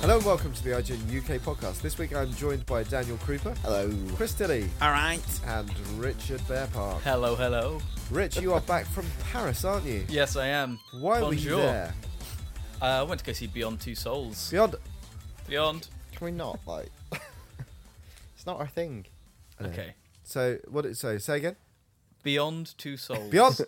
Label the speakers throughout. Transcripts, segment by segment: Speaker 1: Hello and welcome to the IGN UK podcast. This week I'm joined by Daniel Krupa. Hello. Chris Dilly.
Speaker 2: Ah.
Speaker 3: All right.
Speaker 1: And Richard Bearpark.
Speaker 2: Hello, hello.
Speaker 1: Rich, you are back from Paris, aren't you?
Speaker 2: Yes, I am.
Speaker 1: Why were you
Speaker 2: Bonjour.
Speaker 1: there?
Speaker 2: Uh, I went to go see Beyond Two Souls.
Speaker 1: Beyond.
Speaker 2: Beyond.
Speaker 3: Can we not like? it's not our thing.
Speaker 2: Okay.
Speaker 1: So what? Did, so say again.
Speaker 2: Beyond Two Souls.
Speaker 1: Beyond.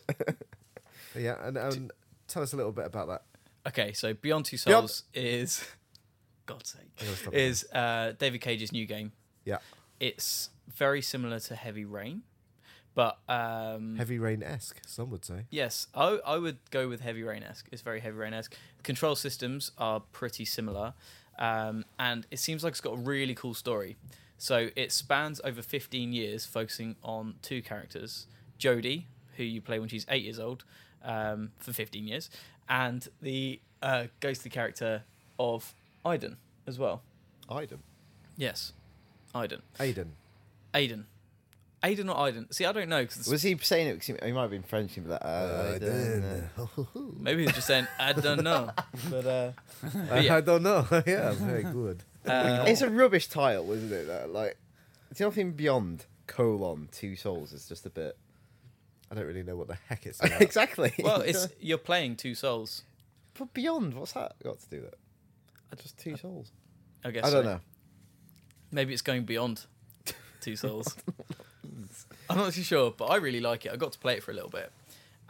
Speaker 1: yeah, and, and tell us a little bit about that.
Speaker 2: Okay, so Beyond Two
Speaker 1: Beyond-
Speaker 2: Souls is, God's sake,
Speaker 1: stop
Speaker 2: is uh, David Cage's new game.
Speaker 1: Yeah,
Speaker 2: It's very similar to Heavy Rain, but um,
Speaker 1: heavy rain esque. Some would say.
Speaker 2: Yes, I, I would go with Heavy Rain esque. It's very Heavy Rain esque. Control systems are pretty similar, um, and it seems like it's got a really cool story. So it spans over 15 years, focusing on two characters Jodie, who you play when she's eight years old, um, for 15 years, and the uh, ghostly character of Iden as well.
Speaker 3: Item.
Speaker 2: Yes, Iden.
Speaker 1: Aiden.
Speaker 2: Aiden. Aiden or Iden? See, I don't know because
Speaker 3: Was he saying it? 'cause he, he might have been French. He'd be like, uh, I don't know.
Speaker 2: maybe he's just saying I don't know. But uh,
Speaker 1: I,
Speaker 2: yeah.
Speaker 1: I don't know. yeah, very good.
Speaker 3: It's a rubbish title, isn't it? That like, it's nothing beyond colon two souls. It's just a bit.
Speaker 1: I don't really know what the heck it's about.
Speaker 3: exactly.
Speaker 2: well, it's you're playing two souls.
Speaker 3: but beyond. What's that got to do with it? Just two souls.
Speaker 2: I guess.
Speaker 3: I don't
Speaker 2: so.
Speaker 3: know.
Speaker 2: Maybe it's going beyond Two Souls. I'm not too sure, but I really like it. I got to play it for a little bit,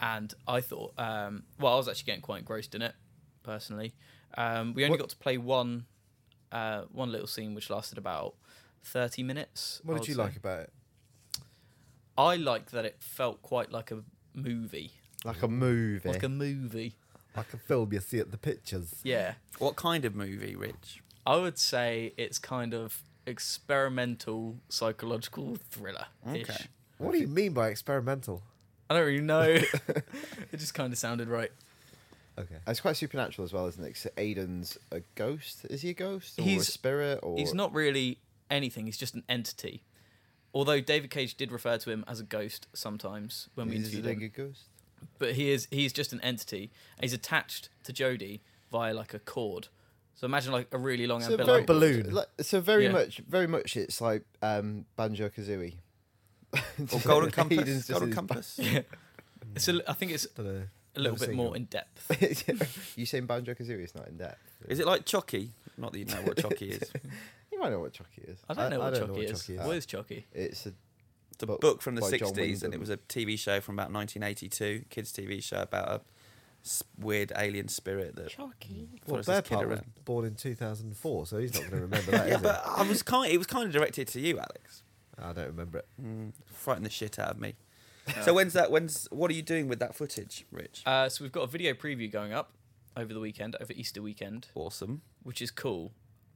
Speaker 2: and I thought, um, well, I was actually getting quite engrossed in it personally. Um, we only got to play one, uh, one little scene, which lasted about thirty minutes.
Speaker 1: What
Speaker 2: I
Speaker 1: did
Speaker 2: would
Speaker 1: you
Speaker 2: say.
Speaker 1: like about it?
Speaker 2: I liked that it felt quite like a movie,
Speaker 3: Like a movie.
Speaker 2: like a movie.
Speaker 1: Like a film, you see at the pictures.
Speaker 2: Yeah,
Speaker 4: What kind of movie, Rich?
Speaker 2: I would say it's kind of experimental psychological thriller.
Speaker 4: Okay.
Speaker 1: What do you mean by experimental?
Speaker 2: I don't really know. it just kind of sounded right.
Speaker 1: Okay.
Speaker 3: It's quite supernatural as well, isn't it? 'Cause Aiden's a ghost. Is he a ghost or
Speaker 2: He's-
Speaker 3: a spirit? Or
Speaker 2: He's not really anything. He's just an entity. Although David Cage did refer to him as a ghost sometimes when we
Speaker 3: Is he
Speaker 2: interviewed
Speaker 3: a
Speaker 2: him,
Speaker 3: ghost?
Speaker 2: but he is he's just an entity. He's attached to Jodie via like a cord. So imagine like a really long
Speaker 3: so
Speaker 2: umbilical.
Speaker 1: very- balloon.
Speaker 3: like- so very
Speaker 2: Yeah.
Speaker 3: much, very much, it's like um, Banjo Kazooie.
Speaker 4: Or Golden Compass? Golden Compass?
Speaker 2: It's a, I think it's
Speaker 1: Dunno.
Speaker 2: a little
Speaker 1: Never
Speaker 2: bit
Speaker 1: seen
Speaker 2: more
Speaker 1: him.
Speaker 2: in depth.
Speaker 3: you saying Banjo Kazooie is not in depth?
Speaker 4: Is it like Chucky? Not that you know what Chucky is.
Speaker 3: You might know what Chucky is.
Speaker 2: I don't know,
Speaker 1: I
Speaker 2: what,
Speaker 1: don't
Speaker 2: Chucky
Speaker 1: know what
Speaker 2: is.
Speaker 1: Chucky is.
Speaker 2: What is Chucky?
Speaker 3: It's a
Speaker 4: It's a
Speaker 3: Book
Speaker 4: book from the
Speaker 3: by John
Speaker 4: 60s, and
Speaker 3: Wyndham.
Speaker 4: it was a TV show from about 1982, kids' TV show about a s- weird alien spirit that
Speaker 2: Chucky.
Speaker 1: Well,
Speaker 4: follows this kid
Speaker 1: Bearpart was
Speaker 4: around.
Speaker 1: born in 2004, so he's not going to remember that,
Speaker 4: Yeah,
Speaker 1: is
Speaker 4: but I was kind. It was kind of directed to you, Alex.
Speaker 1: he? I don't remember it.
Speaker 4: Frightened the shit out of me. So when's that? When's what are you doing with that footage, Rich?
Speaker 2: Uh, so we've got a video preview going up over the weekend, over Easter weekend.
Speaker 4: Awesome.
Speaker 2: which is cool.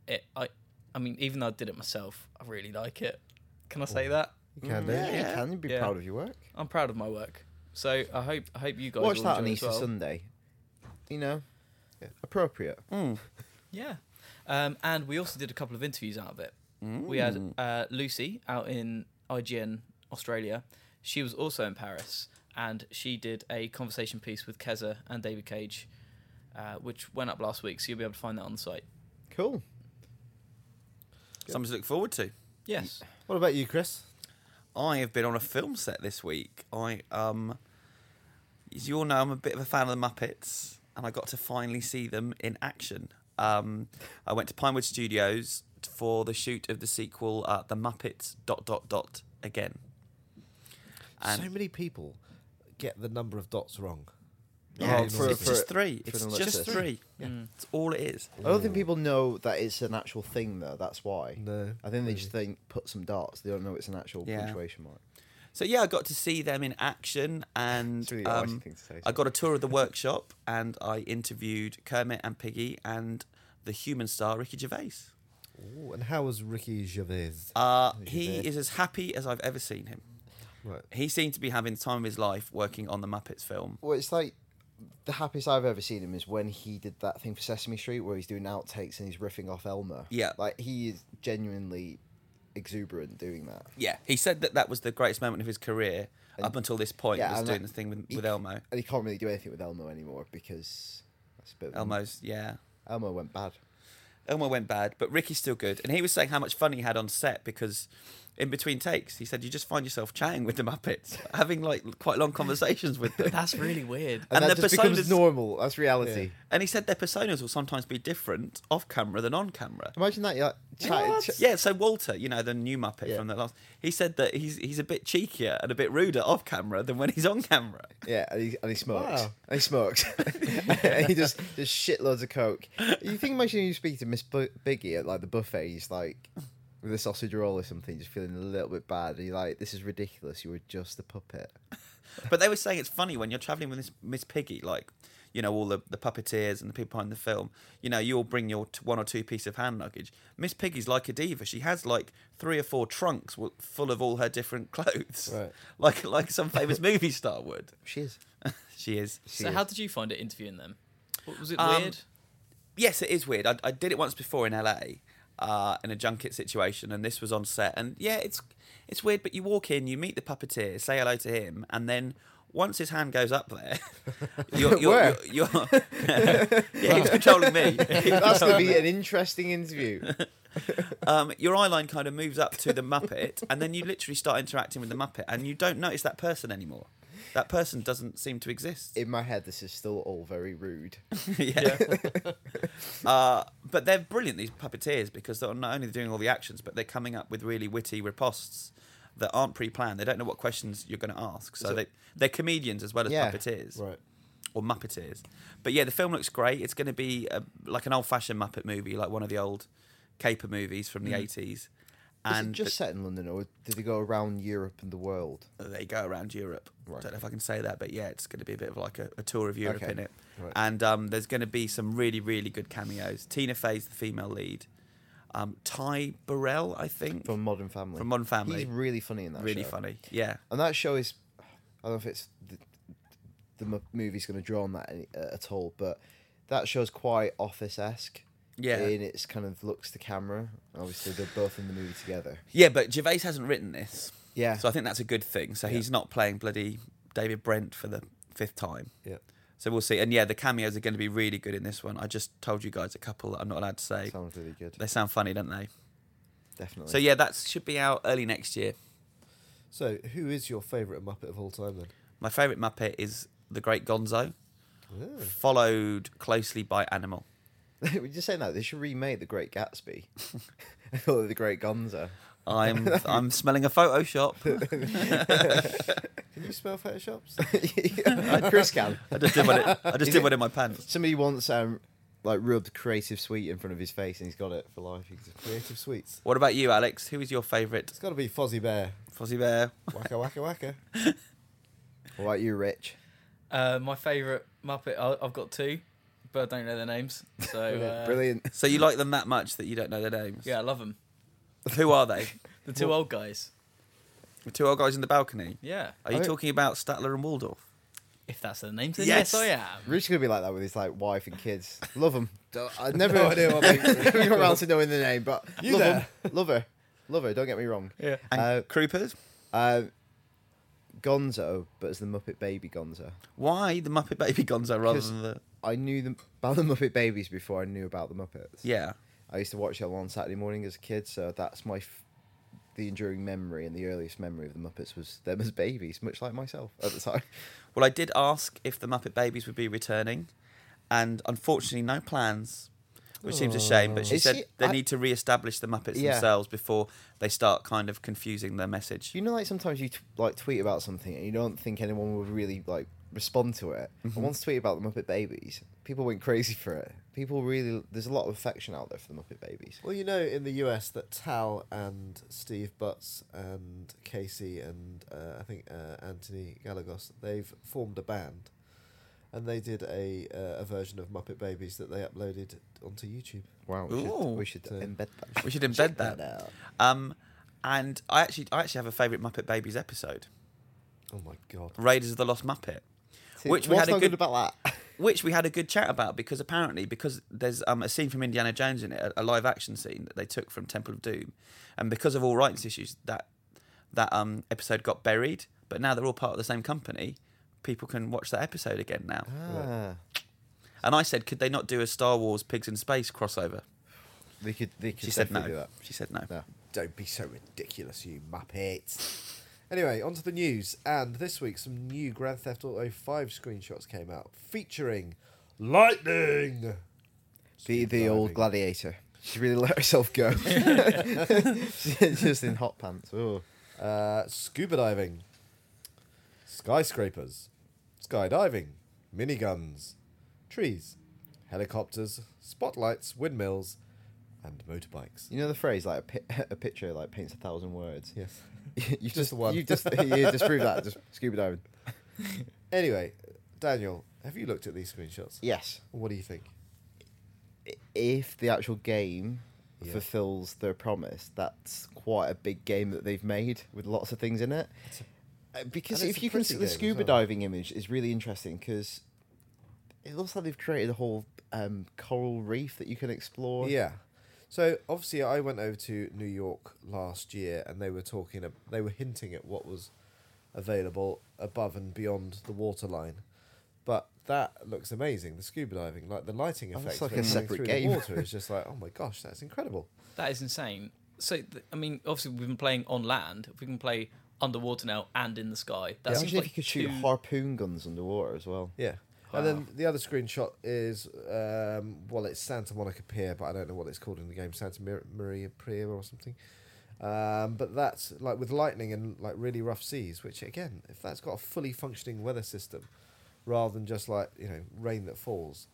Speaker 2: It, I, I mean, even though I did it myself, I really like it. Can I say that?
Speaker 1: You
Speaker 5: Mm,
Speaker 1: can do.
Speaker 3: yeah, you can. You'd be
Speaker 2: Yeah.
Speaker 3: proud of your work.
Speaker 2: I'm proud of my work. So I hope, I hope you guys
Speaker 3: Watch
Speaker 2: will
Speaker 3: that
Speaker 2: enjoy
Speaker 3: on
Speaker 2: it
Speaker 3: Easter
Speaker 2: as well.
Speaker 3: Sunday. You know, appropriate.
Speaker 2: Yeah, um, and we also did a couple of interviews out of it.
Speaker 3: Mm.
Speaker 2: We had uh, Lucy out in IGN Australia. She was also in Paris, and she did a conversation piece with Keza and David Cage, uh, which went up last week. So you'll be able to find that on the site.
Speaker 3: Cool.
Speaker 4: Something to look forward to.
Speaker 2: Yes.
Speaker 1: What about you, Chris?
Speaker 4: I have been on a film set this week. I um, as you all know, I'm a bit of a fan of the Muppets, and I got to finally see them in action. Um, I went to Pinewood Studios for the shoot of the sequel, uh, The Muppets dot dot dot again. And
Speaker 1: so many people get the number of dots wrong.
Speaker 4: yeah,
Speaker 3: Oh,
Speaker 4: it's,
Speaker 3: for-
Speaker 4: it's
Speaker 3: for-
Speaker 4: just three.
Speaker 3: for
Speaker 4: It's
Speaker 3: an
Speaker 4: just
Speaker 3: ellipsis.
Speaker 4: three.
Speaker 2: Mm.
Speaker 4: It's all it is.
Speaker 3: I don't think people know that it's an actual thing, though. That's why.
Speaker 1: No,
Speaker 3: I think they just think put some darts. They don't know it's an actual
Speaker 4: Yeah.
Speaker 3: punctuation mark.
Speaker 4: So yeah, I got to see them in action, and
Speaker 3: It's really
Speaker 4: um,
Speaker 3: arty thing to say,
Speaker 4: I got a tour of the workshop, and I interviewed Kermit and Piggy, and the human star Ricky Gervais.
Speaker 1: Ooh, and how was Ricky Gervais?
Speaker 4: Uh, he is as happy as I've ever seen him.
Speaker 1: Right.
Speaker 4: He seemed to be having the time of his life working on the Muppets film.
Speaker 5: Well, it's like the happiest I've ever seen him is when he did that thing for Sesame Street where he's doing outtakes and he's riffing off Elmer.
Speaker 4: Yeah.
Speaker 5: like he is genuinely exuberant doing that.
Speaker 4: Yeah, he said that that was the greatest moment of his career up until this point.
Speaker 5: yeah,
Speaker 4: was
Speaker 5: and
Speaker 4: doing
Speaker 5: that-
Speaker 4: the thing with,
Speaker 5: he-
Speaker 4: with Elmo.
Speaker 5: And he can't really do anything with Elmo anymore because that's a bit. of a-
Speaker 4: Elmo's yeah.
Speaker 5: Elmo went bad.
Speaker 4: Elmo went bad, but Ricky's still good. And he was saying how much fun he had on set because in between takes, he said you just find yourself chatting with the Muppets, having like quite long conversations with them.
Speaker 2: That's really weird.
Speaker 4: and,
Speaker 3: And, that
Speaker 4: their
Speaker 3: just becomes
Speaker 4: personas,
Speaker 3: normal. That's reality.
Speaker 4: and he said their personas will sometimes be different off camera than on camera.
Speaker 3: Imagine that. You're like, chatting,
Speaker 4: What?
Speaker 3: ch-
Speaker 4: Yeah, so Walter, you know, the new Muppet
Speaker 3: Yeah.
Speaker 4: from the last, he said that he's he's a bit cheekier and a bit ruder off camera than when he's on camera.
Speaker 3: yeah, and he, and he smokes.
Speaker 1: Wow.
Speaker 3: And he smokes. and he just just shitloads of coke. You think imagine you speak to Miss Bu- Biggie at like the buffet, he's like with a sausage roll or something, just feeling a little bit bad. And you're like, this is ridiculous. You were just a puppet.
Speaker 4: But they were saying it's funny when you're traveling with Miss, Miss Piggy, like you know all the, the puppeteers and the people behind the film. You know you'll bring your t- one or two piece of hand luggage. Miss Piggy's like a diva. She has like three or four trunks w- full of all her different clothes,
Speaker 3: Right.
Speaker 4: like like some famous movie star would.
Speaker 3: She is.
Speaker 4: She is.
Speaker 3: She
Speaker 2: So
Speaker 3: is.
Speaker 2: how did you find it interviewing them? What, was it
Speaker 4: Um,
Speaker 2: weird?
Speaker 4: yes, it is weird. I, I did it once before in LA uh, in a junket situation, and this was on set. And yeah, it's it's weird, but you walk in, you meet the puppeteer, say hello to him, and then once his hand goes up there, you're, you're,
Speaker 3: Where?
Speaker 4: you're, you're- yeah, he was controlling me. He was
Speaker 3: That's going to
Speaker 4: controlling
Speaker 3: be
Speaker 4: me.
Speaker 3: an interesting interview.
Speaker 4: Um, your eye line kind of moves up to the Muppet, and then you literally start interacting with the Muppet, and you don't notice that person anymore. That person doesn't seem to exist.
Speaker 3: In my head, this is still all very rude.
Speaker 4: yeah. uh, but they're brilliant, these puppeteers, because they're not only doing all the actions, but they're coming up with really witty riposts that aren't pre planned. They don't know what questions you're going to ask. So, they, they're comedians as well as
Speaker 3: Yeah,
Speaker 4: puppeteers.
Speaker 1: right.
Speaker 4: Or Muppeteers. But yeah, the film looks great. It's going to be a, like an old fashioned Muppet movie, like one of the old caper movies from the 80s.
Speaker 5: And
Speaker 4: And
Speaker 5: just set in London, or did they go around Europe and the world?
Speaker 4: they go around Europe. I don't know if I can say that, but yeah, it's going to be a bit of like a, a tour of Europe
Speaker 5: Okay.
Speaker 4: in it.
Speaker 3: Right.
Speaker 4: And um, there's going to be some really, really good cameos. Tina Fey's the female lead. Um, Ty Burrell, I think,
Speaker 5: From Modern Family.
Speaker 4: From Modern Family.
Speaker 5: He's really funny in that.
Speaker 4: really
Speaker 5: show.
Speaker 4: funny. Yeah,
Speaker 5: And that show is, I don't know if it's the, the mo- movie's going to draw on that any, uh, at all, but that show's quite office esque.
Speaker 4: Yeah.
Speaker 5: In its kind of looks to camera. Obviously, they're both in the movie together.
Speaker 4: yeah. But Gervais hasn't written this,
Speaker 5: Yeah.
Speaker 4: so I think that's a good thing. So he's not playing bloody David Brent for the fifth time.
Speaker 1: Yeah.
Speaker 4: So we'll see. And yeah, the cameos are going to be really good in this one. I just told you guys a couple that I'm not allowed to say.
Speaker 5: Sounds really good.
Speaker 4: They sound funny, don't they?
Speaker 5: Definitely.
Speaker 4: So yeah, that should be out early next year.
Speaker 1: So, who is your favourite Muppet of all time then?
Speaker 4: My favourite Muppet is the Great Gonzo,
Speaker 1: Ooh.
Speaker 4: followed closely by Animal.
Speaker 5: We're just saying that. They should remake The Great Gatsby. or The Great Gonzo.
Speaker 4: I'm I'm smelling a Photoshop.
Speaker 1: Can you smell photoshops?
Speaker 5: Chris can.
Speaker 4: I just did one. In, I just
Speaker 5: Is
Speaker 4: did
Speaker 5: it-
Speaker 4: one in my pants.
Speaker 5: Somebody once um, like rubbed Creative Suite in front of his face and he's got it for life. He just-
Speaker 1: Creative Sweets.
Speaker 4: What about you, Alex? Who is your favourite
Speaker 1: It's got to be Fozzie Bear.
Speaker 4: Fozzie Bear?
Speaker 1: Waka waka waka.
Speaker 5: What about you, Rich?
Speaker 2: Uh, my favourite Muppet, I, I've got two, but I don't know their names. So uh,
Speaker 5: Brilliant.
Speaker 4: So you like them that much that you don't know their names?
Speaker 2: Yeah, I love them.
Speaker 4: Who are they?
Speaker 2: The two old guys.
Speaker 4: The two old guys in the balcony.
Speaker 2: Yeah,
Speaker 4: Are you talking about Statler and Waldorf?
Speaker 2: if that's their names, then
Speaker 4: Yes.
Speaker 2: yes, I am.
Speaker 5: Rich's gonna be like that with his like wife and kids. Love him. I never
Speaker 1: No idea what they
Speaker 5: never got around to knowing the name, but
Speaker 1: You
Speaker 5: love
Speaker 1: there.
Speaker 5: him. Love her. Love her. Don't get me wrong.
Speaker 2: Yeah.
Speaker 4: And
Speaker 5: Uh,
Speaker 4: Croopers?
Speaker 5: Uh, Gonzo, but as the Muppet Baby Gonzo.
Speaker 4: Why the Muppet Baby Gonzo rather
Speaker 5: 'Cause-
Speaker 4: than the?
Speaker 5: I knew them about the Muppet Babies before I knew about the Muppets.
Speaker 4: Yeah.
Speaker 5: I used to watch it on Saturday morning as a kid, so that's my f- the enduring memory and the earliest memory of the Muppets was them as babies, much like myself at the time.
Speaker 4: Well, I did ask if the Muppet Babies would be returning, and unfortunately, no plans, which seems a shame. But she
Speaker 5: Is
Speaker 4: said
Speaker 5: she-
Speaker 4: they
Speaker 5: I-
Speaker 4: need to re-establish the Muppets
Speaker 5: Yeah.
Speaker 4: themselves before they start kind of confusing their message.
Speaker 5: Do you know like sometimes you t- like tweet about something and you don't think anyone will really like respond to it? I once tweeted about the Muppet Babies. People went crazy for it. People really there's a lot of affection out there for the Muppet Babies.
Speaker 1: Well, you know, in the US, that Tal and Steve Butts and Casey and uh, I think uh, Anthony Gallegos, they've formed a band. and they did a uh, a version of Muppet Babies that they uploaded onto YouTube.
Speaker 5: Wow, we should,
Speaker 4: Ooh.
Speaker 5: we should
Speaker 1: So-
Speaker 5: embed that.
Speaker 4: We should
Speaker 5: Check
Speaker 4: embed that.
Speaker 5: out.
Speaker 4: Um, and I actually, I actually have a favourite Muppet Babies episode,
Speaker 1: Oh my god!
Speaker 4: Raiders of the Lost Muppet,
Speaker 5: See,
Speaker 4: which we
Speaker 5: what's
Speaker 4: had a
Speaker 5: not
Speaker 4: good,
Speaker 5: about that.
Speaker 4: which we had a good chat about because apparently because there's um, a scene from Indiana Jones in it, a, a live action scene that they took from Temple of Doom, and because of all rights issues, that that um, episode got buried. But now they're all part of the same company. People can watch that episode again now.
Speaker 5: Ah,
Speaker 4: And I said, could they not do a Star Wars Pigs in Space crossover?
Speaker 5: they could. They could
Speaker 4: She said
Speaker 5: definitely
Speaker 4: no.
Speaker 5: Do
Speaker 4: She said no.
Speaker 5: that. No.
Speaker 1: Don't be so ridiculous, you Muppets. Anyway, onto the news. And this week, some new Grand Theft Auto 5 screenshots came out featuring lightning.
Speaker 5: The the
Speaker 1: Skydiving.
Speaker 5: old gladiator. She really let herself go. Just in hot pants. Oh.
Speaker 1: Uh, scuba diving, skyscrapers, skydiving, miniguns, trees, helicopters, spotlights, windmills, and motorbikes.
Speaker 5: You know the phrase like a, pi- a picture like paints a thousand words.
Speaker 1: Yes.
Speaker 5: you
Speaker 1: Just the one.
Speaker 5: You just you just prove that. Just scuba diving.
Speaker 1: Anyway, Daniel, have you looked at these screenshots?
Speaker 5: Yes.
Speaker 1: What do you think?
Speaker 5: I- If the actual game
Speaker 1: Yeah.
Speaker 5: fulfills their promise, that's quite a big game that they've made with lots of things in it. Uh, because
Speaker 1: and it's
Speaker 5: if
Speaker 1: a
Speaker 5: you can
Speaker 1: pretty
Speaker 5: see
Speaker 1: game
Speaker 5: the
Speaker 1: as
Speaker 5: scuba
Speaker 1: well.
Speaker 5: diving image is really interesting because it looks like they've created a whole um, coral reef that you can explore.
Speaker 1: Yeah. So obviously, I went over to New York last year, and they were talking. ab- They were hinting at what was available above and beyond the waterline, but that looks amazing. The scuba diving, like the lighting
Speaker 5: Oh,
Speaker 1: effect,
Speaker 5: that's like
Speaker 1: of it
Speaker 5: a
Speaker 1: coming
Speaker 5: separate
Speaker 1: through
Speaker 5: game.
Speaker 1: The water is just like, oh my gosh, that's incredible.
Speaker 2: That is insane. So, th- I mean, obviously, we've been playing on land. If we can play underwater now and in the sky, that seems
Speaker 5: Imagine
Speaker 2: like
Speaker 5: if you could shoot
Speaker 2: two-
Speaker 5: harpoon guns underwater as well.
Speaker 1: Yeah. And then the other screenshot is, um, well, it's Santa Monica Pier, but I don't know what it's called in the game, Santa Mir- Maria Pier or something. Um, but that's like with lightning and like really rough seas, which again, if that's got a fully functioning weather system, rather than just like you know rain that falls,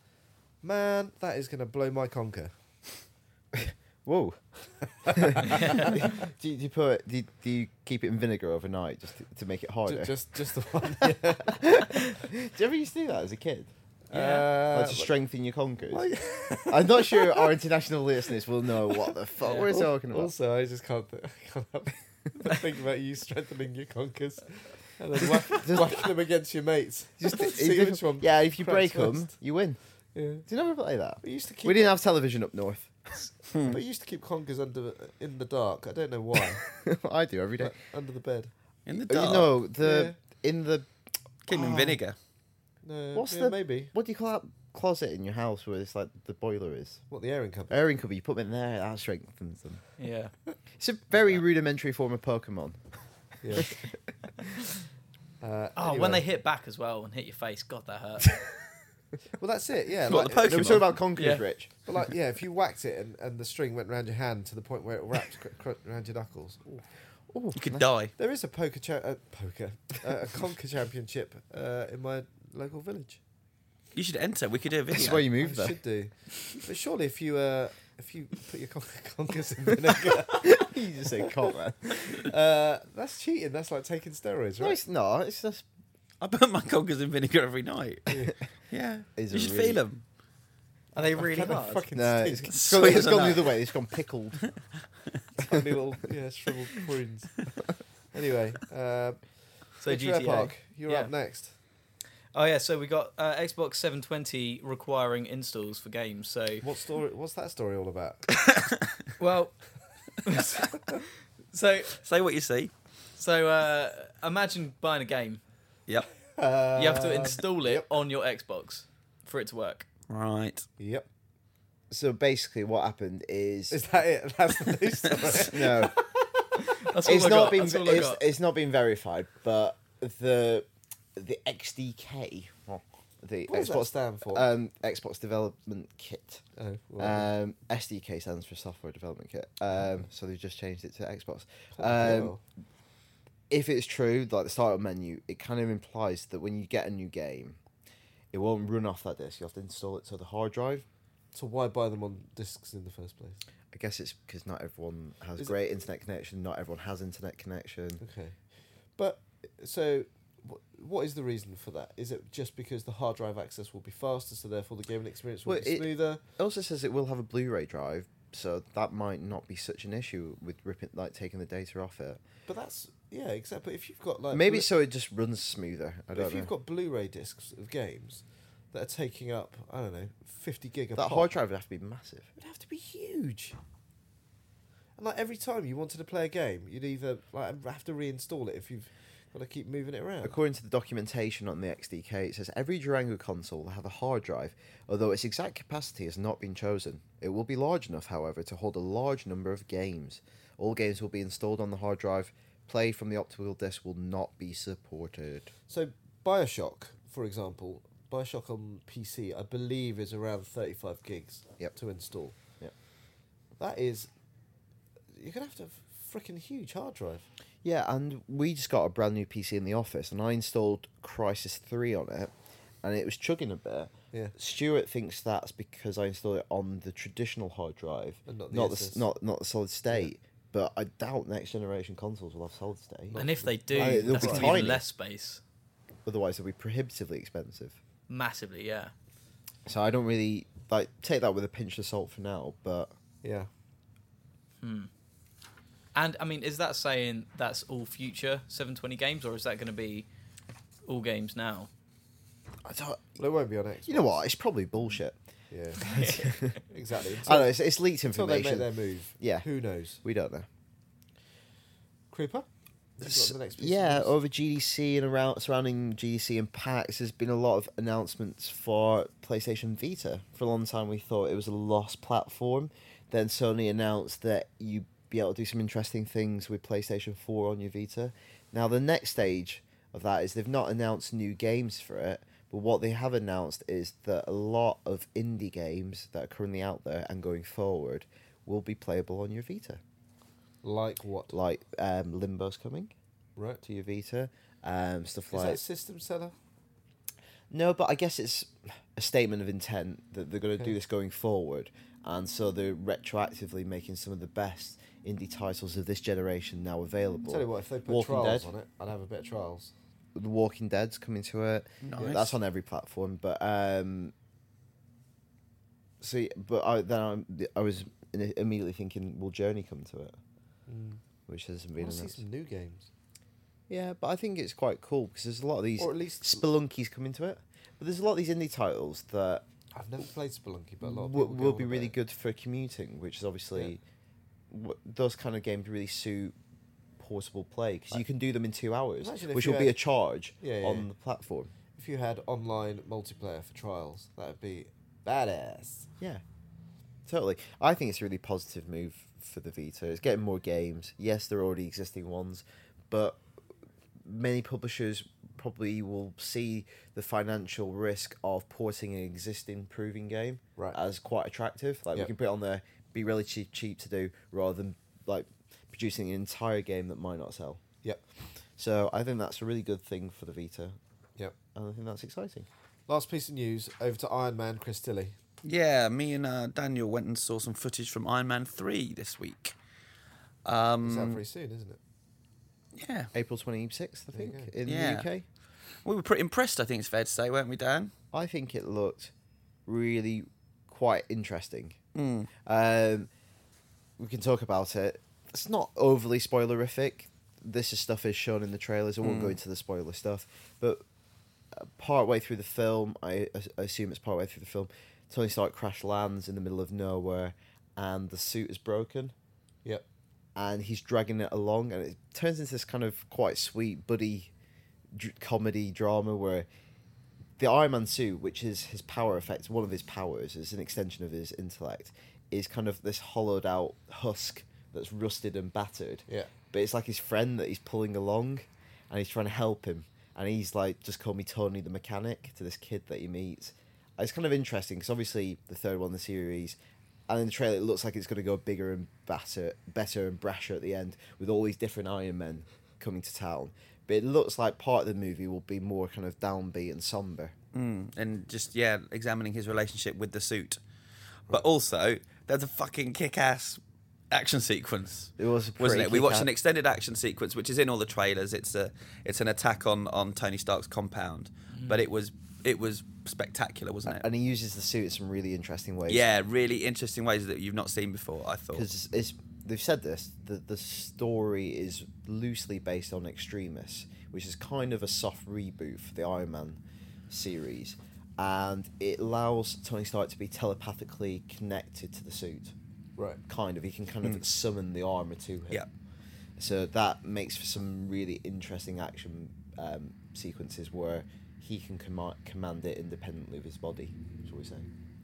Speaker 1: man, that is going to blow my conker.
Speaker 5: Whoa. do, you, do you put do you, do you keep it in vinegar overnight just to, to make it harder?
Speaker 1: Ju- Just, just the one.
Speaker 5: do you ever used to do that as a kid?
Speaker 1: Uh,
Speaker 5: like to strengthen your conkers. I'm not sure our international listeners will know what the fuck we're
Speaker 1: Al-
Speaker 5: talking about.
Speaker 1: Also, I just can't, th- I can't help but think about you strengthening your conkers and then whack, whacking them against your mates.
Speaker 5: Just
Speaker 1: see
Speaker 5: if-
Speaker 1: which one.
Speaker 5: yeah, if you break
Speaker 1: cracks
Speaker 5: them,
Speaker 1: first.
Speaker 5: you win.
Speaker 1: Yeah.
Speaker 5: Do you never play that?
Speaker 1: We used to keep.
Speaker 5: We didn't Hmm. have television up north.
Speaker 1: But you used to keep conkers under in the dark. I don't know why.
Speaker 5: I do every day.
Speaker 1: but under the bed.
Speaker 4: In the
Speaker 5: Oh,
Speaker 4: dark.
Speaker 5: You know oh, the in the
Speaker 4: Keep them in vinegar.
Speaker 1: No,
Speaker 5: What's
Speaker 1: yeah,
Speaker 5: the-
Speaker 1: maybe
Speaker 5: what do you call that closet in your house where it's like the boiler is
Speaker 1: what the airing company?
Speaker 5: airing cupboard? You put them in there, that strengthens them.
Speaker 2: Yeah.
Speaker 5: It's a very rudimentary form of Pokemon.
Speaker 1: Yeah. Uh,
Speaker 2: Oh, when they
Speaker 1: anyway.
Speaker 2: hit back as well and hit your face, God, that hurt.
Speaker 1: well, that's it. Yeah,
Speaker 4: What,
Speaker 1: like,
Speaker 4: the Pokemon?
Speaker 5: No, we're talking about Conkers,
Speaker 2: Yeah.
Speaker 5: Rich.
Speaker 1: but like, yeah, if you whacked it and, and the string went round your hand to the point where it wrapped cr- cr- around your knuckles, Ooh.
Speaker 5: Ooh,
Speaker 4: You could
Speaker 5: nice.
Speaker 4: die.
Speaker 1: There is a poker cha- uh, poker uh, a conker championship uh, in my local village.
Speaker 4: You should enter. We could do a
Speaker 5: That's
Speaker 4: video.
Speaker 5: why you move
Speaker 1: I
Speaker 5: there.
Speaker 1: should do, but surely if you uh, if you put your con- conkers in vinegar,
Speaker 5: you just say Conker.
Speaker 1: uh, that's cheating. That's like taking steroids,
Speaker 5: No,
Speaker 1: right?
Speaker 5: it's not. It's just
Speaker 4: I put my conkers in vinegar every night. yeah.
Speaker 5: Is
Speaker 4: you
Speaker 5: it
Speaker 4: should
Speaker 5: really-
Speaker 4: feel them.
Speaker 2: Are they really
Speaker 1: Kinda
Speaker 2: hard?
Speaker 1: fucking
Speaker 5: no. It's,
Speaker 1: stink.
Speaker 5: it's
Speaker 4: Sweet
Speaker 5: gone, it's
Speaker 4: as a
Speaker 5: gone the
Speaker 4: nut.
Speaker 5: other way. It's gone pickled.
Speaker 1: Tiny little yeah shriveled prunes. anyway, uh,
Speaker 2: So
Speaker 1: Trevor
Speaker 2: GTA.
Speaker 1: Park, you're
Speaker 2: Yeah.
Speaker 1: up next.
Speaker 2: Oh yeah, so we got uh, Xbox 720 requiring installs for games. So
Speaker 1: What story? What's that story all about?
Speaker 2: well, so
Speaker 4: Say what you see.
Speaker 2: so uh, imagine buying a game.
Speaker 4: Yep.
Speaker 1: Uh,
Speaker 2: You have to install it
Speaker 1: yep.
Speaker 2: on your Xbox for it to work.
Speaker 4: Right.
Speaker 1: Yep.
Speaker 5: So basically, what happened is,
Speaker 1: Is that it? That's the news story.
Speaker 5: no,
Speaker 2: That's all
Speaker 5: it's not
Speaker 2: I got.
Speaker 5: been
Speaker 2: That's all I
Speaker 5: it's,
Speaker 2: got.
Speaker 5: it's not been verified, but the the XDK, well, the
Speaker 1: What does that
Speaker 5: Xbox
Speaker 1: stand for?
Speaker 5: um, Xbox Development Kit.
Speaker 1: oh,
Speaker 2: uh,
Speaker 1: well,
Speaker 5: Um, SDK stands for Software Development Kit. Um, so they've just changed it to Xbox. Um,
Speaker 1: well.
Speaker 5: if it's true, like the startup menu, it kind of implies that when you get a new game, it won't run off that disk. You have to install it to the hard drive.
Speaker 1: so why buy them on discs in the first place?
Speaker 5: I guess it's because not everyone has
Speaker 1: Is it- Mm.
Speaker 5: great internet connection. Not everyone has internet connection.
Speaker 1: Okay, but so what, what is the reason for that? Is it just because the hard drive access will be faster, so therefore the gaming experience will
Speaker 5: Well,
Speaker 1: be
Speaker 5: it-
Speaker 1: smoother?
Speaker 5: It also says it will have a Blu-ray drive, so that might not be such an issue with ripping, like taking the data off it.
Speaker 1: But that's yeah, exactly. But if you've got like
Speaker 5: Maybe
Speaker 1: Blu-
Speaker 5: so it just runs smoother. I
Speaker 1: but if
Speaker 5: don't know.
Speaker 1: you've got Blu-ray discs of games that are taking up, I don't know, fifty gig. a
Speaker 5: that
Speaker 1: pop,
Speaker 5: hard drive would have to be massive.
Speaker 1: It would have to be huge. And like every time you wanted to play a game, you'd either like have to reinstall it if you've got to keep moving it around.
Speaker 5: According to the documentation on the XDK, it says every Durango console will have a hard drive, although its exact capacity has not been chosen. It will be large enough, however, to hold a large number of games. All games will be installed on the hard drive. Play from the optical disc will not be supported.
Speaker 1: So Bioshock, for example, Bioshock on PC, I believe is around thirty-five gigs
Speaker 5: Yep.
Speaker 1: to install.
Speaker 5: Yep.
Speaker 1: That is, you're gonna have to have freaking huge hard drive.
Speaker 5: Yeah, and we just got a brand new PC in the office, and I installed Crisis 3 on it, and it was chugging a bit.
Speaker 1: Yeah.
Speaker 5: Stuart thinks that's because I installed it on the traditional hard drive,
Speaker 1: And not the
Speaker 5: not not the,
Speaker 1: SS.
Speaker 5: s not not the solid state. But I doubt next generation consoles will have solid state.
Speaker 2: And if they do,
Speaker 5: Uh, it'll
Speaker 2: that's
Speaker 5: be
Speaker 2: going to be
Speaker 5: tiny.
Speaker 2: less space.
Speaker 5: Otherwise, they'll be prohibitively expensive.
Speaker 2: Massively, yeah.
Speaker 5: So I don't really like take that with a pinch of salt for now. But
Speaker 1: Yeah.
Speaker 2: And I mean, is that saying that's all future 720 games, or is that going to be all games now?
Speaker 5: I don't.
Speaker 1: Well, it won't be on Xbox.
Speaker 5: You know what? It's probably bullshit.
Speaker 1: Yeah. exactly.
Speaker 5: I don't know. It's, it's leaked
Speaker 1: until they make
Speaker 5: information.
Speaker 1: their move.
Speaker 5: Yeah.
Speaker 1: Who knows?
Speaker 5: we don't know.
Speaker 1: Creeper. Have you got the next piece of
Speaker 5: yeah,
Speaker 1: news?
Speaker 5: over GDC and around surrounding GDC and PAX, there's been a lot of announcements for PlayStation Vita. For a long time, we thought it was a lost platform. Then Sony announced that you'd be able to do some interesting things with PlayStation 4 on your Vita. Now, the next stage of that is they've not announced new games for it, but what they have announced is that a lot of indie games that are currently out there and going forward will be playable on your Vita.
Speaker 1: Like what?
Speaker 5: Like um, Limbo's coming
Speaker 1: Right.
Speaker 5: to your Vita, um, stuff
Speaker 1: Is
Speaker 5: like
Speaker 1: that system seller?
Speaker 5: no, but I guess it's a statement of intent that they're going to
Speaker 1: Okay.
Speaker 5: do this going forward, and so they're retroactively making some of the best indie titles of this generation now available.
Speaker 1: Tell you what, if they put
Speaker 5: Walking
Speaker 1: trials
Speaker 5: Dead,
Speaker 1: on it, I'd have a bit of trials.
Speaker 5: The Walking Dead's coming to it.
Speaker 4: Nice.
Speaker 5: That's on every platform, but um, see, but I then I, I was in- immediately thinking, will Journey come to it? Which hasn't
Speaker 1: I
Speaker 5: been
Speaker 1: want to see
Speaker 5: announced.
Speaker 1: some new games.
Speaker 5: Yeah, but I think it's quite cool because there's a lot of these
Speaker 1: Or at least-
Speaker 5: spelunkies coming to it. But there's a lot of these indie titles that
Speaker 1: I've never played Spelunky, but a lot of
Speaker 5: will,
Speaker 1: people go
Speaker 5: will
Speaker 1: on
Speaker 5: be
Speaker 1: about
Speaker 5: really
Speaker 1: it.
Speaker 5: good for commuting, which is obviously what, those kind of games really suit portable play because you can do them in two hours,
Speaker 1: Imagine if
Speaker 5: which
Speaker 1: you
Speaker 5: will be
Speaker 1: had-
Speaker 5: a charge
Speaker 1: Yeah, yeah,
Speaker 5: on
Speaker 1: yeah.
Speaker 5: the platform.
Speaker 1: If you had online multiplayer for trials, that would be badass.
Speaker 5: Yeah, totally. I think it's a really positive move for the Vita. It's getting more games. Yes, there are already existing ones, but many publishers probably will see the financial risk of porting an existing proven game
Speaker 1: Right.
Speaker 5: as quite attractive. Like
Speaker 1: Yep.
Speaker 5: we can put it on there, be really cheap, cheap to do, rather than like producing an entire game that might not sell.
Speaker 1: Yep.
Speaker 5: So I think that's a really good thing for the Vita,
Speaker 1: Yep.
Speaker 5: and I think that's exciting.
Speaker 1: Last piece of news over to Iron Man Chris Tilly.
Speaker 4: Yeah, me and uh, Daniel went and saw some footage from Iron Man 3 this week. Um,
Speaker 1: It's out very soon, isn't it?
Speaker 4: yeah.
Speaker 5: April twenty sixth, I think,
Speaker 1: you go.
Speaker 5: in
Speaker 4: Yeah.
Speaker 5: the UK.
Speaker 4: We were pretty impressed, I think it's fair to say, weren't we, Dan?
Speaker 5: I think it looked really quite interesting. Um, we can talk about it. It's not overly spoilerific. This is stuff is shown in the trailers. I won't go into the spoiler stuff, but uh, part way through the film, I, I assume it's part way through the film. Tony Stark crash lands in the middle of nowhere, and the suit is broken
Speaker 1: Yep.
Speaker 5: and he's dragging it along, and it turns into this kind of quite sweet buddy dr- comedy drama where the Iron Man suit, which is his power effect, one of his powers, is an extension of his intellect, is kind of this hollowed out husk that's rusted and battered.
Speaker 1: Yeah.
Speaker 5: But it's like his friend that he's pulling along, and he's trying to help him, and he's like, "Just call me Tony the mechanic" to this kid that he meets. It's kind of interesting because obviously the third one in the series and in the trailer, it looks like it's going to go bigger and better, better and brasher at the end with all these different Iron Men coming to town. But it looks like part of the movie will be more kind of downbeat and somber.
Speaker 4: Mm, and just, yeah, examining his relationship with the suit. But also, there's a fucking kick ass action sequence.
Speaker 5: It was a
Speaker 4: wasn't
Speaker 5: pretty
Speaker 4: it? We watched
Speaker 5: kick-ass-
Speaker 4: an extended action sequence, which is in all the trailers. It's a it's an attack on on Tony Stark's compound, but it was it was spectacular, wasn't it?
Speaker 5: Mm. and he uses the suit in some really interesting ways.
Speaker 4: yeah, really interesting ways that you've not seen before. I thought.
Speaker 5: because it's, it's- they've said this the the story is loosely based on Extremis, which is kind of a soft reboot for the Iron Man series, and it allows Tony Stark to be telepathically connected to the suit.
Speaker 1: Right.
Speaker 5: Kind of, he can kind of summon the armor to him.
Speaker 4: Yeah.
Speaker 5: So that makes for some really interesting action um, sequences where he can com- command it independently of his body, shall we say?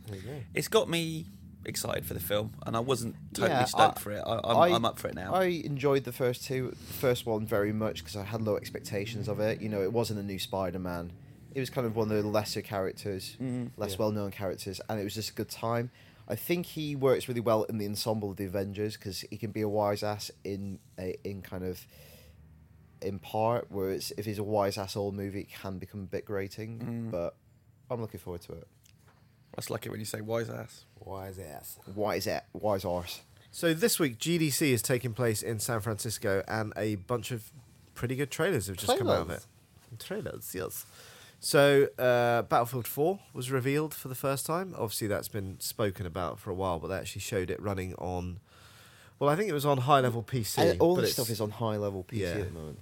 Speaker 1: There you go.
Speaker 4: It's got me excited for the film, and I wasn't totally
Speaker 5: Yeah,
Speaker 4: stoked
Speaker 5: I-
Speaker 4: for it. I, I'm, I,
Speaker 5: I-
Speaker 4: am i am up for it now.
Speaker 5: I enjoyed the first two, the first one very much because I had low expectations of it. You know, it wasn't a new Spider-Man. It was kind of one of the lesser characters,
Speaker 4: Mm-hmm.
Speaker 5: less well-known characters, and it was just a good time. I think he works really well in the ensemble of the Avengers because he can be a wise ass in a, in kind of in part, whereas if he's a wise ass old movie, it can become a bit grating.
Speaker 4: Mm.
Speaker 5: But I'm looking forward to it.
Speaker 4: That's like it when you say wise ass.
Speaker 1: Wise ass.
Speaker 5: Wise it, wise arse.
Speaker 1: So this week, GDC is taking place in San Francisco, and a bunch of pretty good trailers have just come out of it.
Speaker 5: Trailers.
Speaker 1: Trailers, yes. So uh, Battlefield 4 was revealed for the first time. Obviously, that's been spoken about for a while, but they actually showed it running on. Well, I think it was on high level PC.
Speaker 5: And all
Speaker 1: but
Speaker 5: this
Speaker 1: it's-
Speaker 5: stuff is on high level PC
Speaker 1: Yeah.
Speaker 5: at the moment.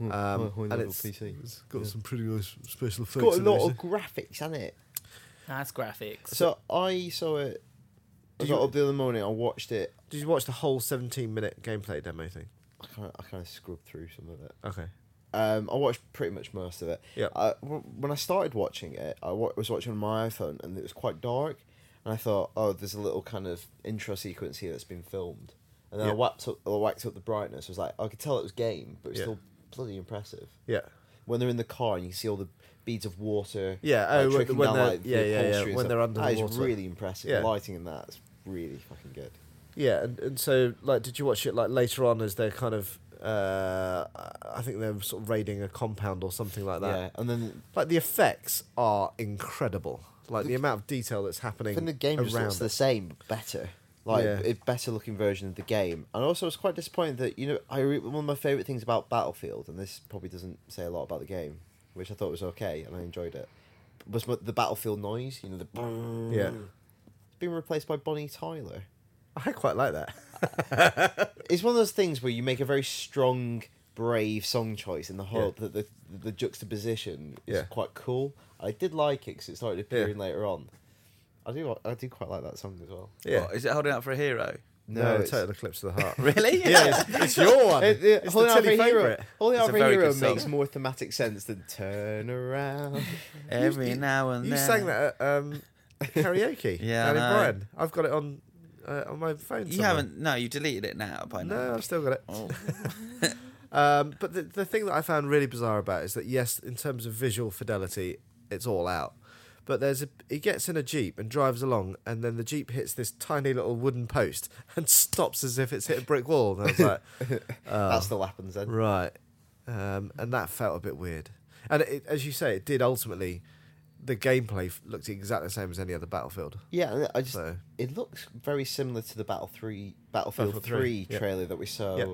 Speaker 1: um,
Speaker 5: high
Speaker 1: and
Speaker 5: level
Speaker 1: it's-
Speaker 5: PC.
Speaker 1: It's got some pretty nice special effects.
Speaker 5: It's got a
Speaker 1: in there,
Speaker 5: lot
Speaker 1: isn't
Speaker 5: of
Speaker 1: it?
Speaker 5: graphics, hasn't it?
Speaker 2: That's graphics.
Speaker 5: So I saw it. I got up the other morning. I watched it.
Speaker 1: Did you watch the whole 17 minute gameplay demo thing?
Speaker 5: I kind of, I kind of scrubbed through some of it.
Speaker 1: Okay.
Speaker 5: Um, I watched pretty much most of it.
Speaker 1: Yeah.
Speaker 5: I- w- when I started watching it, I wa- was watching on my iPhone, and it was quite dark. And I thought, oh, there's a little kind of intro sequence here that's been filmed. And then
Speaker 1: Yeah.
Speaker 5: I whacked up, I whacked up the brightness. I was like, I could tell it was game, but it's
Speaker 1: Yeah.
Speaker 5: still bloody impressive.
Speaker 1: Yeah.
Speaker 5: When they're in the car and you can see all the beads of water.
Speaker 1: Yeah, oh, when-
Speaker 5: trickling
Speaker 1: when they're-
Speaker 5: the
Speaker 1: yeah, yeah, yeah,
Speaker 5: upholstery
Speaker 1: when
Speaker 5: and stuff.
Speaker 1: they're under
Speaker 5: That
Speaker 1: the
Speaker 5: is
Speaker 1: water.
Speaker 5: really impressive.
Speaker 1: Yeah.
Speaker 5: The lighting in that is really fucking good.
Speaker 1: Yeah, and, and so like, did you watch it like later on as they're kind of, uh, I think they're sort of raiding a compound or something like that.
Speaker 5: Yeah, and then
Speaker 1: Like the effects are incredible. Like the, amount of detail that's
Speaker 5: I
Speaker 1: happening.
Speaker 5: think the game
Speaker 1: around
Speaker 5: just looks the
Speaker 1: it.
Speaker 5: same, but better. Like
Speaker 1: Yeah.
Speaker 5: a better looking version of the game. And also, I was quite disappointed that you know I re- one of my favorite things about Battlefield, and this probably doesn't say a lot about the game, which I thought was okay, and I enjoyed it. Was mo- the Battlefield noise? You know the brrrr.
Speaker 1: Yeah,
Speaker 5: It's been replaced by Bonnie Tyler.
Speaker 1: I quite like that.
Speaker 5: It's one of those things where you make a very strong, brave song choice, and the whole the, the the juxtaposition is
Speaker 1: Yeah.
Speaker 5: quite cool. I did like it because it started appearing
Speaker 1: Yeah.
Speaker 5: later on. I do I do quite like that song as well.
Speaker 1: Yeah,
Speaker 4: What, is it holding out for a hero?
Speaker 1: no,
Speaker 5: it's-
Speaker 1: total eclipse of the heart.
Speaker 4: Really?
Speaker 1: yeah, it's, it's your one.
Speaker 5: It,
Speaker 1: it's
Speaker 5: it,
Speaker 1: the
Speaker 5: Holding Out for
Speaker 1: Tilly
Speaker 5: a Hero,
Speaker 1: favourite.
Speaker 5: Holding
Speaker 4: It's
Speaker 5: Out
Speaker 4: a
Speaker 5: for a
Speaker 4: very
Speaker 5: Hero
Speaker 4: good song.
Speaker 5: makes more thematic sense than Turn Around.
Speaker 4: Every now and
Speaker 1: You
Speaker 4: then.
Speaker 1: sang that at um, karaoke.
Speaker 4: Yeah,
Speaker 1: down in
Speaker 4: I know.
Speaker 1: Bryan. I've got it on uh, on my phone.
Speaker 4: You
Speaker 1: somewhere.
Speaker 4: haven't. No, you deleted it now. By
Speaker 1: No,
Speaker 4: now.
Speaker 1: I've still got it.
Speaker 4: Oh.
Speaker 1: Um, but the, the thing that I found really bizarre about it is that yes, in terms of visual fidelity, it's all out. But there's a he gets in a jeep and drives along, and then the jeep hits this tiny little wooden post and stops as if it's hit a brick wall. And I was like, Oh.
Speaker 5: That still happens then.
Speaker 1: right, um, and that felt a bit weird. And it, as you say, it did ultimately. The gameplay f- looked exactly the same as any other battlefield.
Speaker 5: Yeah, and I just
Speaker 1: So-
Speaker 5: it looks very similar to the Battle Three Battlefield
Speaker 1: Battlefield
Speaker 5: Three
Speaker 1: 3, yeah.
Speaker 5: trailer that we saw
Speaker 1: Yeah.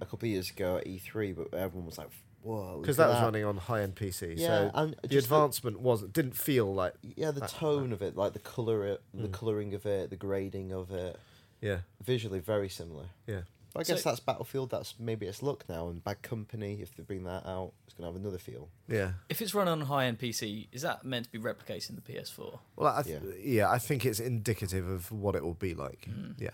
Speaker 5: a couple of years ago at E three, but everyone was like, "Whoa!"
Speaker 1: Because
Speaker 5: look
Speaker 1: that
Speaker 5: at
Speaker 1: was running on high end PC,
Speaker 5: Yeah,
Speaker 1: so
Speaker 5: and
Speaker 1: the
Speaker 5: just the-
Speaker 1: advancement wasn't didn't feel like
Speaker 5: Yeah, the
Speaker 1: That-
Speaker 5: tone of it, like the color, it,
Speaker 2: Mm.
Speaker 5: the coloring of it, the grading of it,
Speaker 1: yeah
Speaker 5: visually very similar.
Speaker 1: yeah
Speaker 5: But I
Speaker 2: So-
Speaker 5: guess that's Battlefield. That's maybe its look now, and Bad Company, if they bring that out, it's gonna have another feel.
Speaker 1: yeah.
Speaker 2: If it's run on high end PC, is that meant to be replicating the PS4?
Speaker 1: Well, I th- yeah.
Speaker 5: Yeah.
Speaker 1: I think it's indicative of what it will be like.
Speaker 2: Mm.
Speaker 1: Yeah.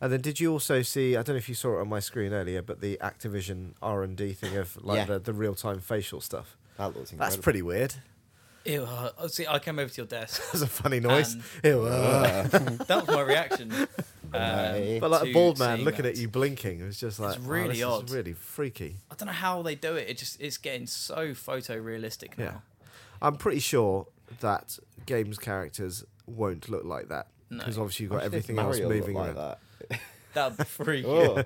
Speaker 1: And then did you also see? I don't know if you saw it on my screen earlier, but the Activision R and D thing of like
Speaker 5: Yeah.
Speaker 1: the, the real time facial stuff.
Speaker 5: That looks incredible.
Speaker 1: That's pretty weird.
Speaker 2: Ew, uh, see, I came over to your desk.
Speaker 1: That's a funny noise.
Speaker 2: Um,
Speaker 1: Ew, uh.
Speaker 2: that was my reaction. um,
Speaker 5: Right.
Speaker 1: but like a
Speaker 2: to
Speaker 1: bald man
Speaker 2: seeing
Speaker 1: looking
Speaker 2: that.
Speaker 1: at you blinking, it was just like wow,
Speaker 2: really
Speaker 1: this is
Speaker 2: odd.
Speaker 1: really freaky.
Speaker 2: I don't know how they do it. It just it's getting so photorealistic now.
Speaker 1: Yeah, I'm pretty sure that games characters won't look like that
Speaker 2: No.
Speaker 1: because obviously you've got
Speaker 5: Imagine if
Speaker 1: everything
Speaker 5: Mario
Speaker 1: else
Speaker 5: looked
Speaker 1: moving
Speaker 5: like
Speaker 1: around.
Speaker 5: that.
Speaker 2: That'd be freaky.
Speaker 5: Oh,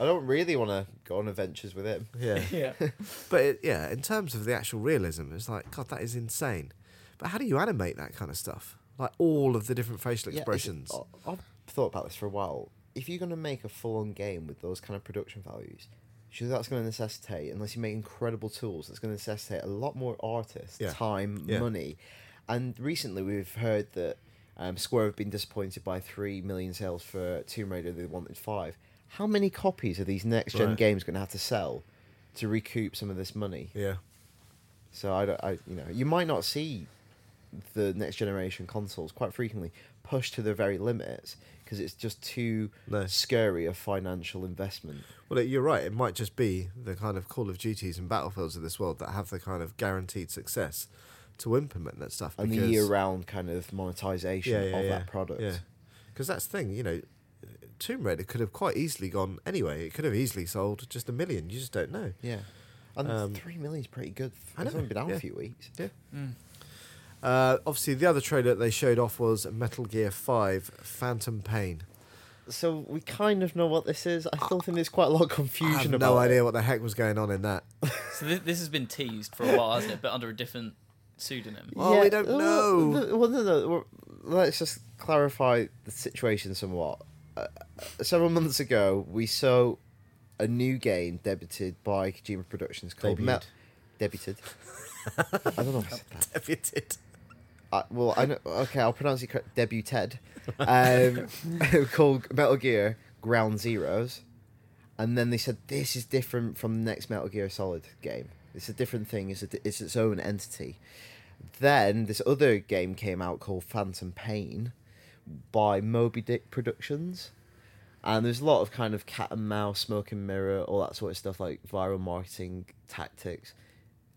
Speaker 5: I don't really want to go on adventures with him.
Speaker 1: Yeah.
Speaker 2: Yeah.
Speaker 1: But it, yeah, in terms of the actual realism, it's like God, that is insane. But how do you animate that kind of stuff? Like all of the different facial
Speaker 5: Yeah, it's-
Speaker 1: expressions.
Speaker 5: I- I've thought about this for a while. if you're going to make a full-on game with those kind of production values, surely that's going to necessitate, unless you make incredible tools, that's going to necessitate a lot more artists,
Speaker 1: Yeah.
Speaker 5: time,
Speaker 1: Yeah.
Speaker 5: money. And recently, we've heard that um, Square have been disappointed by three million sales for Tomb Raider. They wanted five. How many copies are these next-gen
Speaker 1: Right.
Speaker 5: games going to have to sell to recoup some of this money?
Speaker 1: Yeah.
Speaker 5: So I, don't- I, you know, you might not see the next generation consoles quite frequently pushed to their very limits because it's just too
Speaker 1: No.
Speaker 5: scary a financial investment.
Speaker 1: Well, you're right. It might just be the kind of Call of Duties and Battlefields of this world that have the kind of guaranteed success to implement that stuff.
Speaker 5: And the
Speaker 1: because-
Speaker 5: year-round kind of monetization of that product.
Speaker 1: Yeah, because that's the thing. You know, Tomb Raider could have quite easily gone anyway. It could have easily sold just a million. You just don't know.
Speaker 5: Yeah. and
Speaker 1: Um,
Speaker 5: three million is pretty good.
Speaker 1: I
Speaker 5: It's
Speaker 1: know,
Speaker 5: only been out
Speaker 1: yeah.
Speaker 5: a few weeks.
Speaker 1: Yeah. Uh, obviously, the other trailer that they showed off was Metal Gear Five: Phantom Pain.
Speaker 5: So we kind of know what this is. I still think there's quite a lot of
Speaker 1: I
Speaker 5: confusion
Speaker 1: have
Speaker 5: about
Speaker 1: no
Speaker 5: it.
Speaker 1: idea what the heck was going on in that.
Speaker 2: So thi- this has been teased for a while, hasn't it? But under a different pseudonym.
Speaker 1: Well, we don't
Speaker 5: well,
Speaker 1: know.
Speaker 5: th- Well, no, no. well, Let's just clarify the situation somewhat. Uh, several months ago, we saw a new game debuted by Kojima Productions called Metal. Debuted. I don't know. If I said that.
Speaker 1: Debuted.
Speaker 5: I, Uh, well, I know, okay, I'll pronounce it correct. Debuted. Um, called Metal Gear Ground Zeroes. And then they said, this is different from the next Metal Gear Solid game. It's a different thing, it's, a, di- it's its own entity. Then this other game came out called Phantom Pain by Moby Dick Productions. And there's a lot of kind of cat and mouse, smoke and mirror, all that sort of stuff, like viral marketing tactics.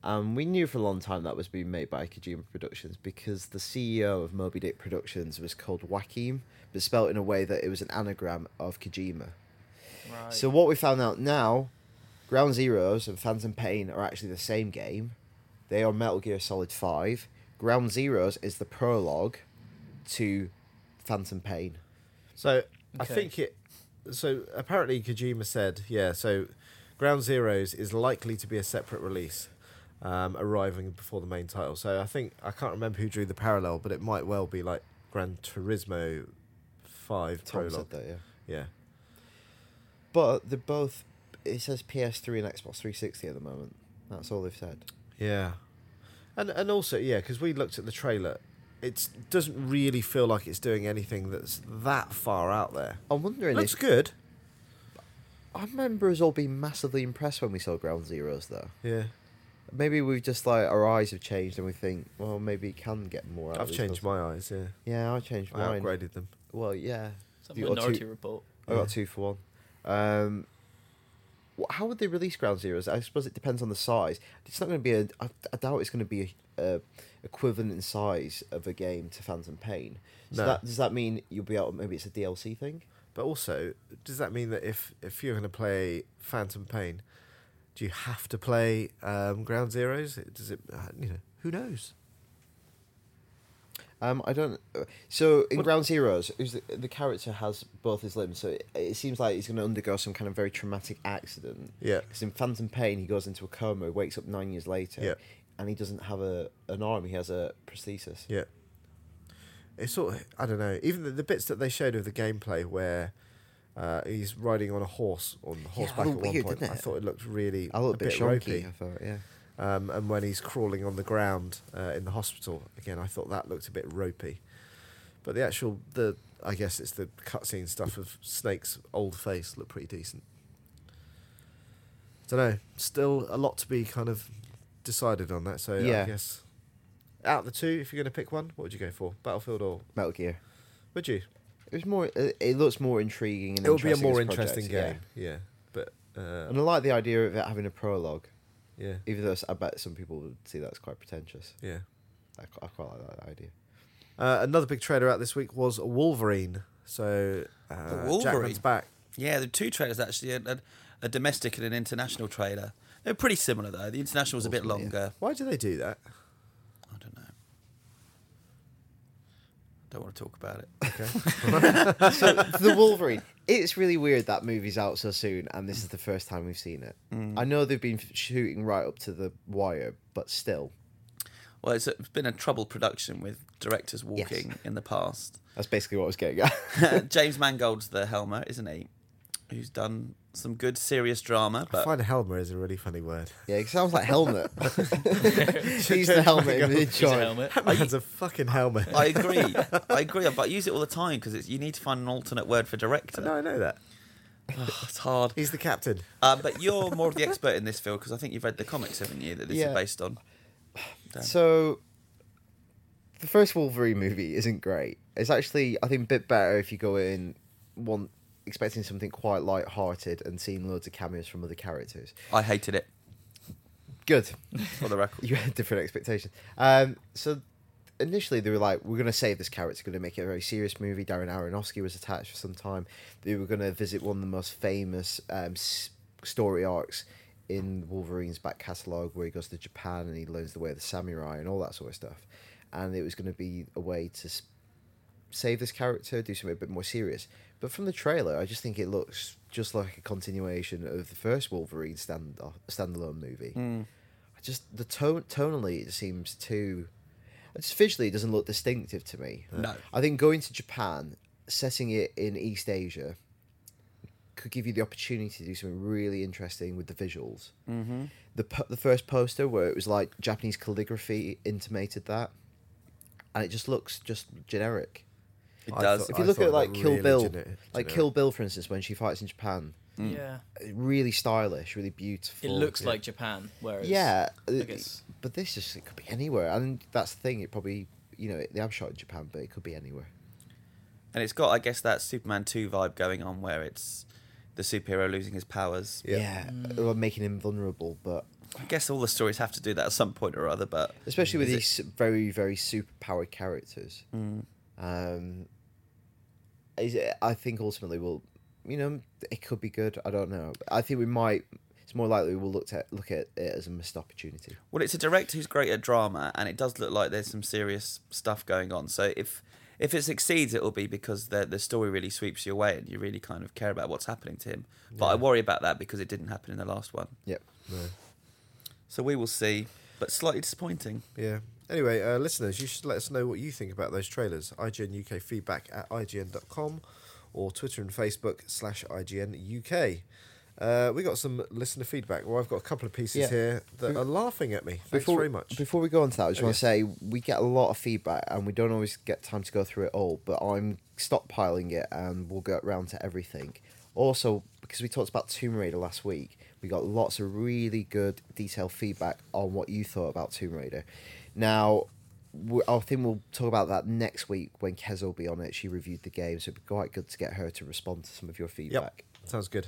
Speaker 5: Um, we knew for a long time that was being made by Kojima Productions because the CEO of Moby Dick Productions was called Joachim, but spelt in a way that it was an anagram of Kojima.
Speaker 2: Right.
Speaker 5: So what we found out now, Ground Zeroes and Phantom Pain are actually the same game. They are Metal Gear Solid Five. Ground Zeroes is the prologue to Phantom Pain.
Speaker 1: So I
Speaker 2: Okay.
Speaker 1: think it. So apparently Kojima said, yeah. So Ground Zeroes is likely to be a separate release, um, arriving before the main title. So I think I can't remember who drew the parallel, but it might well be like Gran Turismo Five
Speaker 5: Tom
Speaker 1: prologue.
Speaker 5: said that, yeah.
Speaker 1: Yeah.
Speaker 5: But they're both. It says PS3 and Xbox 360 at the moment. That's all they've said.
Speaker 1: Yeah, and and also yeah, because we looked at the trailer, it doesn't really feel like it's doing anything that's that far out there.
Speaker 5: I'm wondering
Speaker 1: Looks
Speaker 5: if
Speaker 1: good.
Speaker 5: I remember us all being massively impressed when we saw Ground Zeroes, though.
Speaker 1: Yeah,
Speaker 5: Maybe we've just like our eyes have changed and we think, well, maybe it can get more. Out of
Speaker 1: I've
Speaker 5: these
Speaker 1: changed
Speaker 5: films.
Speaker 1: my eyes. Yeah,
Speaker 5: Yeah, I changed
Speaker 1: I
Speaker 5: mine.
Speaker 1: upgraded them.
Speaker 5: Well, yeah,
Speaker 2: Some
Speaker 5: you got
Speaker 2: minority
Speaker 5: two-
Speaker 2: report.
Speaker 5: I got two for one. Um, wh- how would they release Ground Zeroes? I suppose it depends on the size. It's not going to be a. I, I doubt it's going to be a, a equivalent in size of a game to Phantom Pain. So
Speaker 1: No.
Speaker 5: that, does that mean you'll be able? Maybe it's a DLC thing.
Speaker 1: But also, does that mean that if if you're going to play Phantom Pain, do you have to play um, Ground Zeroes? Does it? uh, You know, who knows?
Speaker 5: Um, I don't. uh, So in Ground Zeroes, who's the, the character has both his limbs, so it, it seems like he's going to undergo some kind of very traumatic accident.
Speaker 1: Yeah.
Speaker 5: Because in Phantom Pain, he goes into a coma, wakes up nine years later,
Speaker 1: Yeah.
Speaker 5: and he doesn't have a an arm; he has a prosthesis.
Speaker 1: Yeah. It's sort of, I don't know, even the, the bits that they showed of the gameplay where uh, he's riding on a horse, on horseback
Speaker 5: looked
Speaker 1: at one
Speaker 5: weird,
Speaker 1: point,
Speaker 5: didn't
Speaker 1: I
Speaker 5: it?
Speaker 1: thought it looked really
Speaker 5: I look
Speaker 1: a
Speaker 5: a bit,
Speaker 1: bit
Speaker 5: shonky.
Speaker 1: ropey.
Speaker 5: I thought, yeah.
Speaker 1: Um, and when he's crawling on the ground uh, in the hospital, again, I thought that looked a bit ropey. But the actual, the I guess it's the cutscene stuff of Snake's old face looked pretty decent. Don't know. Still a lot to be kind of decided on that. So I
Speaker 5: Yeah.
Speaker 1: guess out of the two, if you're going to pick one, what would you go for? Battlefield or
Speaker 5: Metal Gear.
Speaker 1: would you?
Speaker 5: It was more. It, it looks more intriguing. And
Speaker 1: It would be a
Speaker 5: interesting
Speaker 1: more
Speaker 5: as a project,
Speaker 1: interesting
Speaker 5: yeah.
Speaker 1: game. Yeah, but uh,
Speaker 5: And I like the idea of it having a prologue,
Speaker 1: yeah,
Speaker 5: even though it's- I bet some people would see that as quite pretentious.
Speaker 1: yeah.
Speaker 5: I, qu- I quite like that idea.
Speaker 1: Uh, another big trailer out this week was Wolverine. So uh,
Speaker 4: Wolverine.
Speaker 1: Jackman's back.
Speaker 4: Yeah, there are two trailers actually, a, a, a domestic and an international trailer. They're pretty similar though. The international was a bit
Speaker 5: Ultimately,
Speaker 4: longer.
Speaker 1: Why do they do that?
Speaker 4: I don't know. Don't want to talk about it.
Speaker 5: so the Wolverine. It's really weird that movie's out so soon, and this is the first time we've seen it. I know they've been shooting right up to the wire, but still,
Speaker 4: Well, it's, it's been a troubled production with directors walking in the past.
Speaker 5: That's basically what I was getting at.
Speaker 4: James Mangold's the helmer, isn't he? Who's done some good serious drama,
Speaker 1: I
Speaker 4: but
Speaker 1: find helmer is a really funny word.
Speaker 6: Yeah, it sounds like helmet.
Speaker 5: He's the helmet image.
Speaker 2: He's a helmet.
Speaker 1: That man's a fucking helmet.
Speaker 4: I agree. I agree, but I use it all the time because you need to find an alternate word for director.
Speaker 1: no, I know that.
Speaker 4: It's hard.
Speaker 1: He's the captain.
Speaker 4: Uh, but you're more of the expert in this field because I think you've read the comics, haven't you? That this
Speaker 6: Yeah.
Speaker 4: is based on.
Speaker 6: so
Speaker 5: The first Wolverine movie isn't great. It's actually, I think, a bit better if you go in one expecting something quite light-hearted and seeing loads of cameos from other characters.
Speaker 4: I hated it
Speaker 5: Good.
Speaker 4: for the record.
Speaker 5: you had different expectations. Um, so initially they were like, we're going to save this character, going to make it a very serious movie. Darren Aronofsky was attached for some time. They were going to visit one of the most famous um, s- story arcs in Wolverine's back catalogue, where he goes to Japan and he learns the way of the samurai and all that sort of stuff. And it was going to be a way to s- save this character, do something a bit more serious. But from the trailer, I just think it looks just like a continuation of the first Wolverine stand standalone movie. I just the tone tonally it seems too just visually it doesn't look distinctive to me.
Speaker 4: No.
Speaker 5: I think going to Japan, setting it in East Asia, could give you the opportunity to do something really interesting with the visuals. Mm-hmm. The po- the first poster where it was like Japanese calligraphy intimated that, and it just looks just generic.
Speaker 4: It
Speaker 1: I
Speaker 4: does.
Speaker 1: thought-
Speaker 5: If you
Speaker 1: I
Speaker 5: look at
Speaker 1: that
Speaker 5: like Kill
Speaker 1: really
Speaker 5: Bill,
Speaker 1: gener-
Speaker 5: like
Speaker 1: generic.
Speaker 5: Kill Bill for instance, when she fights in Japan,
Speaker 2: Yeah.
Speaker 5: really stylish, really beautiful.
Speaker 2: It looks
Speaker 5: Hmm. Yeah.
Speaker 2: like Japan, whereas
Speaker 5: Yeah, uh,
Speaker 2: guess.
Speaker 5: but this just it could be anywhere, and that's the thing. It probably you know they have shot in Japan, but it could be anywhere.
Speaker 4: And it's got, I guess, that Superman 2 vibe going on where it's the superhero losing his powers.
Speaker 5: Yeah,
Speaker 2: Mm.
Speaker 5: or making him vulnerable, but
Speaker 4: I guess all the stories have to do that at some point or other, but
Speaker 5: especially with
Speaker 4: Is it-
Speaker 5: these very very superpowered characters. Um, is it, I think ultimately we'll you know it could be good. I don't know. I think we might. It's more likely we'll look at look at it as a missed opportunity.
Speaker 4: Well, it's a director who's great at drama, and it does look like there's some serious stuff going on. So if if it succeeds, it'll be because the the story really sweeps you away, and you really kind of care about what's happening to him. But I worry about that because it didn't happen in the last one.
Speaker 5: Yep.
Speaker 4: So we will see. But slightly disappointing.
Speaker 1: Yeah. Anyway, uh, listeners, you should let us know what you think about those trailers. IGN UK feedback at IGN.com or Twitter and Facebook slash IGN UK. Uh, we got some listener feedback. Well, I've got a couple of pieces
Speaker 5: Yeah.
Speaker 1: here that are laughing at me. Thanks
Speaker 5: before,
Speaker 1: very much.
Speaker 5: Before we go on to that, I just
Speaker 4: Oh,
Speaker 5: want to say we get a lot of feedback and we don't always get time to go through it all, but I'm stockpiling it and we'll get round to everything. Also, because we talked about Tomb Raider last week, we got lots of really good detailed feedback on what you thought about Tomb Raider. Now, we- I think we'll talk about that next week when Kez will be on it. She reviewed the game, so it'd be quite good to get her to respond to some of your feedback.
Speaker 1: Yep. Sounds good.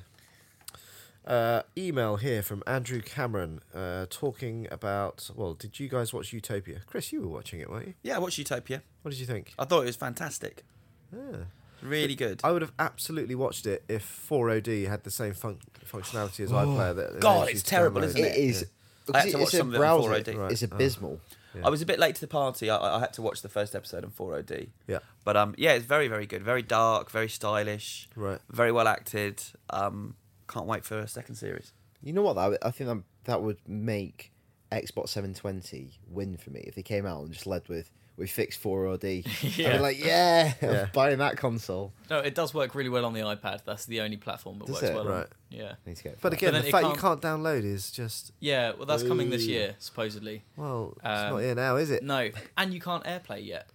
Speaker 1: Uh, email here from Andrew Cameron uh, talking about. Well, did you guys watch Utopia? Chris, you were watching it, weren't you?
Speaker 4: Yeah, watch Utopia.
Speaker 1: What did you think?
Speaker 4: I thought it was fantastic.
Speaker 1: Yeah.
Speaker 4: Really good.
Speaker 1: I would have absolutely watched it if 4OD had the same func functionality as iPlayer. That
Speaker 4: God,
Speaker 1: allows you
Speaker 4: it's
Speaker 1: to
Speaker 4: terrible,
Speaker 1: download.
Speaker 4: isn't
Speaker 5: It is.
Speaker 4: I had to watch
Speaker 5: it's a
Speaker 4: some of it on
Speaker 5: browser.
Speaker 4: 4OD.
Speaker 1: Right.
Speaker 5: It's abysmal.
Speaker 4: I was a bit late to the party. I, I had to watch the first episode on 4OD.
Speaker 1: Yeah.
Speaker 4: But um, yeah, it's very, very good. Very dark, very stylish.
Speaker 1: Right.
Speaker 4: Very well acted. Um, can't wait for a second series.
Speaker 5: You know what? That I think that, that would make Xbox 720 win for me if they came out and just led with we fixed 4OD. yeah. I'd
Speaker 2: Yeah.
Speaker 5: be like, yeah,
Speaker 1: Yeah.
Speaker 5: I'm buying that console.
Speaker 2: No, it does work really well on the iPad. That's the only platform that
Speaker 5: Does
Speaker 2: works
Speaker 5: it?
Speaker 2: well. on-
Speaker 1: Right.
Speaker 2: Yeah.
Speaker 5: I need to get.
Speaker 1: But
Speaker 5: that.
Speaker 1: again,
Speaker 2: then
Speaker 1: the
Speaker 2: it
Speaker 1: fact you can't download is just
Speaker 2: Yeah, well, that's coming this year, supposedly.
Speaker 1: well, it's
Speaker 2: Um,
Speaker 1: not here now, is it?
Speaker 2: No, and you can't AirPlay yet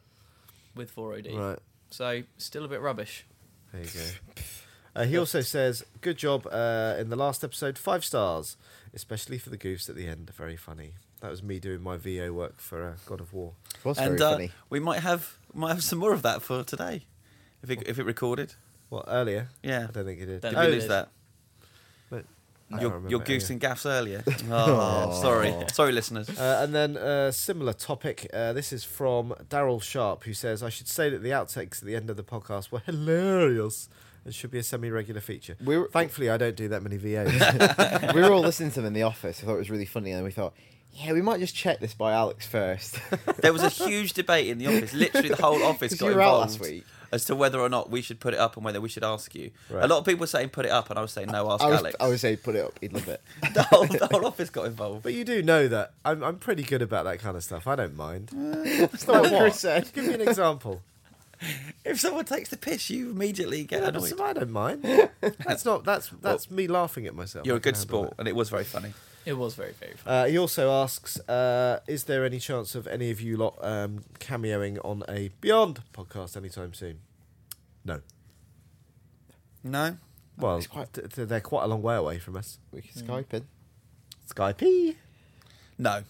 Speaker 2: with 4OD.
Speaker 1: Right.
Speaker 2: So, still a bit rubbish.
Speaker 1: There you go. Uh, he also says, "Good job uh, in the last episode, five stars, especially for the goofs at the end. Very funny." That was me doing my VO work for uh, God of War.
Speaker 5: It was
Speaker 4: and
Speaker 5: very
Speaker 4: uh,
Speaker 5: funny.
Speaker 4: we might have might have some more of that for today, if it, if it recorded.
Speaker 1: Well, earlier,
Speaker 4: Yeah.
Speaker 1: I don't think it did.
Speaker 2: Don't
Speaker 4: Did
Speaker 2: Oh,
Speaker 4: we
Speaker 2: it
Speaker 4: lose
Speaker 2: is.
Speaker 4: that?
Speaker 1: But I
Speaker 4: Your,
Speaker 1: can't
Speaker 4: your
Speaker 1: remember
Speaker 4: goose
Speaker 1: earlier.
Speaker 4: and gaffs earlier. Oh, sorry, sorry, listeners.
Speaker 1: Uh, and then uh, similar topic. Uh, this is from Daryl Sharp, who says, "I should say that the outtakes at the end of the podcast were hilarious and should be a semi-regular feature."
Speaker 5: We're-
Speaker 1: Thankfully, I don't do that many VOs.
Speaker 4: uh,
Speaker 5: we were all listening to them in the office. I thought it was really funny, and then we thought, yeah, we might just check this by Alex first.
Speaker 4: There was a huge debate in the office. Literally, the whole office
Speaker 5: 'Cause
Speaker 4: got
Speaker 5: you were out last
Speaker 4: involved
Speaker 5: week.
Speaker 4: as to whether or not we should put it up and whether we should ask you. A
Speaker 5: Right.
Speaker 4: lot of people were saying put it up, and I was saying no, ask
Speaker 5: I was,
Speaker 4: Alex.
Speaker 5: I would say put it up. He'd love it.
Speaker 4: the, whole, the whole office got involved.
Speaker 1: But you do know that I'm, I'm pretty good about that kind of stuff. I don't mind.
Speaker 5: That's not
Speaker 1: Like
Speaker 5: what?
Speaker 1: what? Give me an example.
Speaker 4: If someone takes the piss, you immediately get
Speaker 1: Yeah,
Speaker 4: annoyed.
Speaker 1: that's- I don't mind. That's not. That's that's me laughing at myself.
Speaker 4: You're
Speaker 1: I
Speaker 4: a
Speaker 1: can
Speaker 4: good
Speaker 1: handle
Speaker 4: sport, and it was very funny.
Speaker 2: It was very, very fun.
Speaker 1: that. Uh, he also asks, uh, is there any chance of any of you lot um, cameoing on a Beyond podcast anytime soon? No.
Speaker 4: No,
Speaker 1: Well,
Speaker 5: it's quite-
Speaker 1: th- th- they're quite a long way away from us.
Speaker 5: We can Skype in.
Speaker 1: Skype.
Speaker 4: no.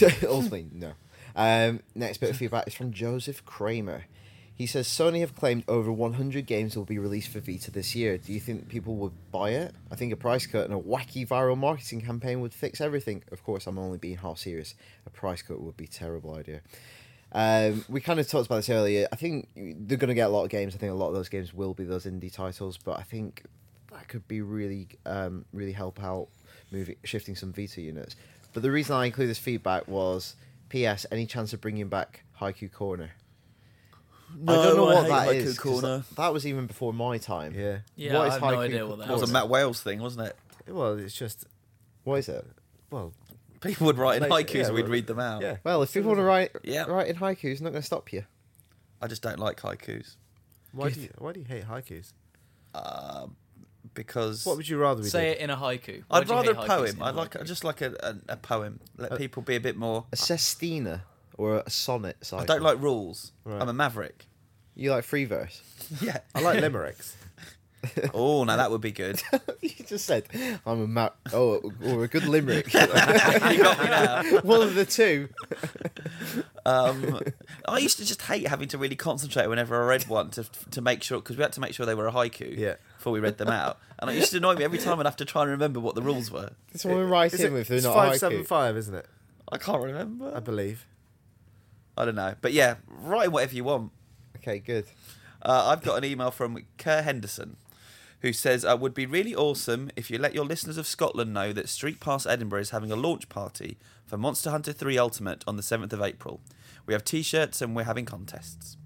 Speaker 5: Ultimately, no. Um, next bit of feedback is from Joseph Kramer. He says Sony have claimed over 100 games will be released for Vita this year. Do you think people would buy it? I think a price cut and a wacky viral marketing campaign would fix everything. Of course, I'm only being half serious. A price cut would be a terrible idea. Um, we kind of talked about this earlier. I think they're going to get a lot of games. I think a lot of those games will be those indie titles, but I think that could be really, um, really help out moving, shifting some Vita units. But the reason I include this feedback was, P.S. Any chance of bringing back Haiku Corner? I don't know what that is. 'cause
Speaker 4: Corner.
Speaker 5: That, that was even before my time.
Speaker 1: Yeah.
Speaker 2: Yeah,
Speaker 5: what is
Speaker 2: I have no
Speaker 5: Haiku
Speaker 2: idea what that
Speaker 4: That was a
Speaker 2: is.
Speaker 4: Matt Wales thing, wasn't it?
Speaker 1: Well, it's just.
Speaker 5: What is it?
Speaker 1: Well,
Speaker 4: People would write in
Speaker 1: Like,
Speaker 4: haikus,
Speaker 1: yeah,
Speaker 4: and we'd
Speaker 1: well,
Speaker 4: read them out.
Speaker 1: yeah.
Speaker 5: Well, if people want to write,
Speaker 4: Yeah.
Speaker 5: write in haiku, it's not going to stop you.
Speaker 4: I just don't like haikus
Speaker 1: Why do you, why do you hate haikus?
Speaker 4: because
Speaker 1: What would you rather we
Speaker 2: Say
Speaker 1: did?
Speaker 2: it in a haiku. Why
Speaker 4: I'd
Speaker 2: do you hate
Speaker 4: rather a
Speaker 2: haikus
Speaker 4: poem.
Speaker 2: in a
Speaker 4: I'd like
Speaker 2: haiku?
Speaker 4: just like a, a, a poem. Let people be a bit more.
Speaker 5: A sestina or a sonnet.
Speaker 4: I
Speaker 5: cycle.
Speaker 4: don't like rules.
Speaker 1: Right.
Speaker 4: I'm a maverick.
Speaker 5: You like free verse.
Speaker 4: Yeah.
Speaker 1: I like limericks.
Speaker 4: oh, now that would be good.
Speaker 5: you just said I'm a ma- oh or a good limerick.
Speaker 4: you got me now.
Speaker 5: One of the two.
Speaker 4: Um, I used to just hate having to really concentrate whenever I read one to to make sure because we had to make sure they were a haiku
Speaker 1: Yeah.
Speaker 4: before we read them out, and it used to annoy me every time I'd have to try and remember what the rules were.
Speaker 5: Someone write
Speaker 1: Is
Speaker 5: in
Speaker 1: it-
Speaker 5: if they're
Speaker 1: it's
Speaker 5: not
Speaker 1: five
Speaker 5: haiku.
Speaker 1: seven five, isn't it?
Speaker 4: I can't
Speaker 1: I
Speaker 4: remember.
Speaker 1: believe.
Speaker 4: I don't know, but yeah, write whatever you want.
Speaker 5: Okay, good.
Speaker 4: Uh, I've got an email from Kerr Henderson, who says, uh, "Would be really awesome if you let your listeners of Scotland know that Street Pass Edinburgh is having a launch party for Monster Hunter 3 Ultimate on the 7th of April. We have T-shirts and we're having contests.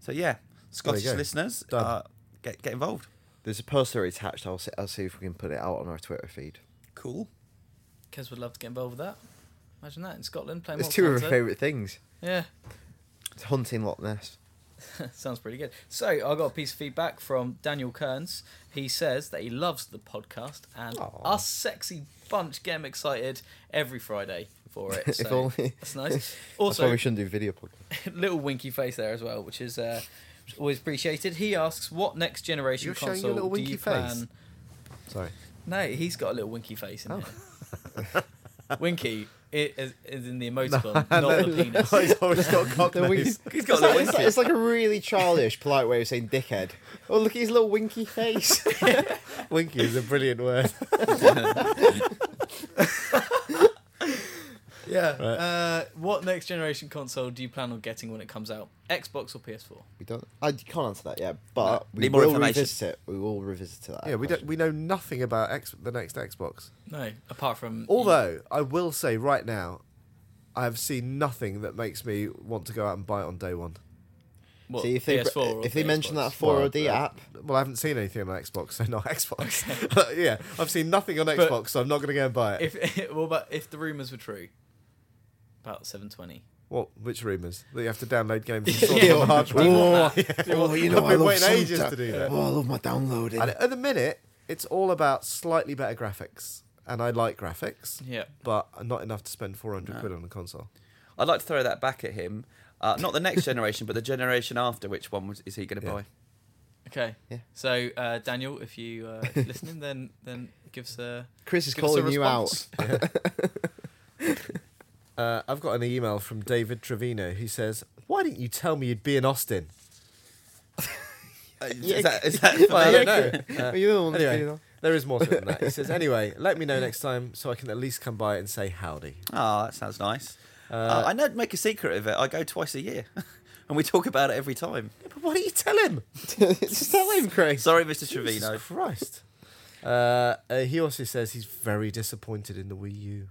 Speaker 4: So yeah, Scottish
Speaker 1: go.
Speaker 4: listeners,
Speaker 1: Done.
Speaker 4: uh, get get involved.
Speaker 5: There's a poster attached. I'll see, I'll see if we can put it out on our Twitter feed.
Speaker 4: Cool.
Speaker 2: Kez would love to get involved with that. Imagine that in Scotland playing
Speaker 5: It's
Speaker 2: Mortal
Speaker 5: two of
Speaker 2: Kombat.
Speaker 5: our favourite things.
Speaker 2: Yeah.
Speaker 5: It's hunting Loch Ness.
Speaker 2: Sounds pretty good. So I got a piece of feedback from Daniel Kearns. He says that he loves the podcast and us sexy bunch get him excited every Friday for it.
Speaker 5: If
Speaker 2: So
Speaker 5: only.
Speaker 2: that's nice.
Speaker 5: That's why
Speaker 2: Also,
Speaker 5: we shouldn't do video podcast.
Speaker 2: little winky face there as well, which is uh, which is always appreciated. He asks, "What next generation
Speaker 1: You're showing your little
Speaker 2: console do
Speaker 1: winky
Speaker 2: you
Speaker 1: face?
Speaker 2: plan?"
Speaker 1: Sorry.
Speaker 2: No, he's got a little winky face in there. winky it is, is in the emoticon, not the penis.
Speaker 1: He's always got cock
Speaker 5: The wink-
Speaker 1: nose.
Speaker 4: He's got
Speaker 5: It's
Speaker 4: a little
Speaker 5: like, it's, like, it's like a really childish, polite way of saying dickhead. Oh, look at his little winky face.
Speaker 1: Winky is a brilliant word.
Speaker 2: Yeah. Uh, what next generation console do you plan on getting when it comes out? Xbox or PS4?
Speaker 5: we don't. I can't answer that yet, but we
Speaker 4: Need more
Speaker 5: will
Speaker 4: information.
Speaker 5: revisit it. We will revisit that.
Speaker 1: Yeah, we don't.
Speaker 5: question.
Speaker 1: We know nothing about X, the next Xbox.
Speaker 2: No, apart from
Speaker 1: Although I will say right now, I have seen nothing that makes me want to go out and buy it on day one.
Speaker 2: what,
Speaker 5: See if they
Speaker 2: PS4 or
Speaker 5: if they mention that
Speaker 2: Xbox?
Speaker 5: 4OD
Speaker 1: Well, uh,
Speaker 5: app.
Speaker 1: Well, I haven't seen anything on Xbox, so not Xbox. yeah, I've seen nothing on Xbox, so I'm not going to go and buy it.
Speaker 2: If well, but if the rumors were true, about 720.
Speaker 1: what? Which rumors that you have to download games and sort them on hard drive?
Speaker 5: Oh,
Speaker 1: Oh, you know, I've I been love waiting some ages da- to do that.
Speaker 5: Oh, I love my downloading.
Speaker 1: And at the minute, it's all about slightly better graphics, and I like graphics.
Speaker 2: Yeah.
Speaker 1: But not enough to spend 400 quid on a console.
Speaker 4: I'd like to throw that back at him. Uh, not the next generation, but the generation after. Which one was, is he going to
Speaker 1: Yeah.
Speaker 4: buy?
Speaker 2: Okay.
Speaker 5: Yeah.
Speaker 2: So uh, Daniel, if you uh, if you're listening, then then give us a
Speaker 5: Chris is
Speaker 2: give us a
Speaker 5: calling you out.
Speaker 2: response.
Speaker 1: Uh, I've got an email from David Trevino who says, "Why didn't you tell me you'd be in Austin?"
Speaker 4: Uh, Is that, is that
Speaker 1: I
Speaker 4: for
Speaker 1: don't
Speaker 4: me?
Speaker 1: know. Uh,
Speaker 5: Well, you're the one that's been
Speaker 1: anyway,
Speaker 5: on.
Speaker 1: there is more to it than that. He says, "Anyway, let me know next time so I can at least come by and say howdy."
Speaker 4: Oh, that sounds nice. Uh, I know make a secret of it. I go twice a year, and we talk about it every time.
Speaker 1: But why don't you tell him?
Speaker 5: Just tell him, Chris.
Speaker 4: Sorry, Mr.
Speaker 1: Jesus
Speaker 4: Trevino.
Speaker 1: Christ. Uh, uh, he also says he's very disappointed in the Wii U.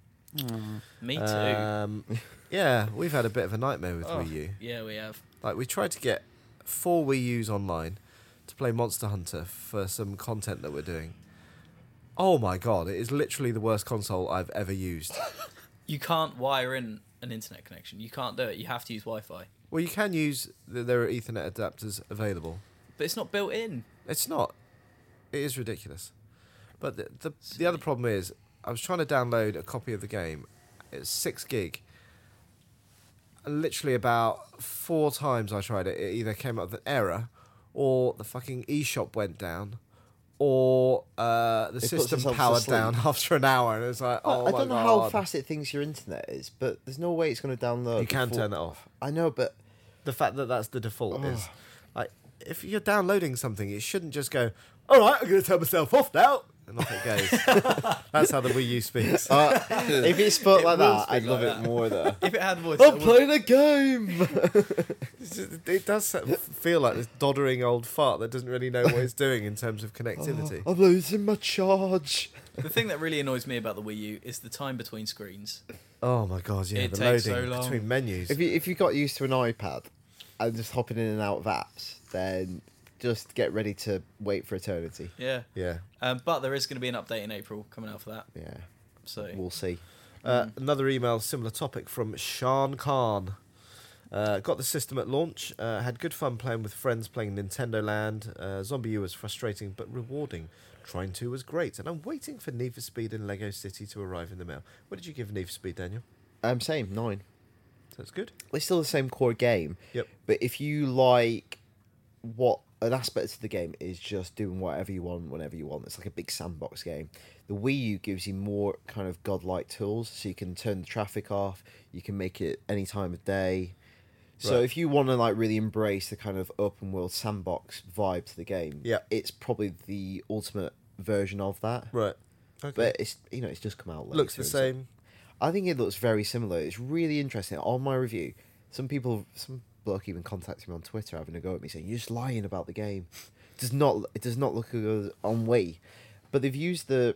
Speaker 2: Me too.
Speaker 1: Um, yeah, we've had a bit of a nightmare with
Speaker 2: Oh,
Speaker 1: Wii U.
Speaker 2: Yeah, we have.
Speaker 1: Like we tried to get four Wii U's online to play Monster Hunter for some content that we're doing. Oh my god, it is literally the worst console I've ever used.
Speaker 2: You can't wire in an internet connection. You can't do it. You have to use Wi-Fi.
Speaker 1: well, you can use th- there are Ethernet adapters available.
Speaker 2: But it's not built in.
Speaker 1: It's not. It is ridiculous. But the the, the other problem is I was trying to download a copy of the game. It's six gig. Literally about four times I tried it. It either came up with an error, or the fucking eShop went down, or uh, the
Speaker 5: puts
Speaker 1: system
Speaker 5: themselves to
Speaker 1: powered
Speaker 5: sleep.
Speaker 1: down after an hour, and it was like, oh
Speaker 5: I
Speaker 1: my
Speaker 5: don't know
Speaker 1: God.
Speaker 5: how fast it thinks your internet is, but there's no way it's going to download.
Speaker 1: You can
Speaker 5: before-
Speaker 1: turn that off.
Speaker 5: I know, but
Speaker 1: The fact that that's the default is like if you're downloading something, it shouldn't just go, "All right, I'm going to turn myself off now," and off it goes. that's how the Wii U speaks.
Speaker 5: if it's spoke
Speaker 2: It
Speaker 5: like
Speaker 2: will
Speaker 5: that,
Speaker 2: speak
Speaker 5: I'd
Speaker 2: like
Speaker 5: love
Speaker 2: that.
Speaker 5: it more though.
Speaker 2: If it had voice, I
Speaker 5: I'm
Speaker 2: would-
Speaker 5: playing a game.
Speaker 1: It's just- it does so- feel like this doddering old fart that doesn't really know what it's doing in terms of connectivity.
Speaker 5: I'm losing my charge.
Speaker 2: the thing that really annoys me about the Wii U is the time between screens.
Speaker 1: Oh my god, yeah,
Speaker 2: It
Speaker 1: the
Speaker 2: takes
Speaker 1: loading
Speaker 2: so long.
Speaker 1: between menus.
Speaker 5: If you if you got used to an iPad and just hopping in and out of apps, then just get ready to wait for eternity.
Speaker 2: Yeah.
Speaker 1: yeah.
Speaker 2: Um, but there is going to be an update in April coming out for that.
Speaker 5: Yeah,
Speaker 2: So
Speaker 5: we'll see.
Speaker 1: Uh, Another email, similar topic from Sean Khan. Uh, got the system at launch. Uh, had good fun playing with friends, playing Nintendo Land. Uh, Zombie U was frustrating but rewarding. Trine 2 was great, and I'm waiting for Need for Speed and Lego City to arrive in the mail. What did you give Need for Speed, Daniel?
Speaker 5: Um, same nine.
Speaker 1: That's good.
Speaker 5: It's still the same core game.
Speaker 1: Yep.
Speaker 5: But if you like what an aspect of the game is just doing whatever you want, whenever you want, it's like a big sandbox game. The Wii U gives you more kind of godlike tools, so you can turn the traffic off, you can make it any time of day. So
Speaker 1: Right.
Speaker 5: if you want to like really embrace the kind of open world sandbox vibe to the game,
Speaker 1: Yeah.
Speaker 5: it's probably the ultimate version of that.
Speaker 1: Right. Okay.
Speaker 5: But it's you know it's just come out. Later,
Speaker 1: Looks the
Speaker 5: and so-
Speaker 1: same.
Speaker 5: I think it looks very similar. It's really interesting. On my review, some people, some bloke even contacted me on Twitter having a go at me saying, "You're just lying about the game." does not it does not look as good as on Wii, but they've used the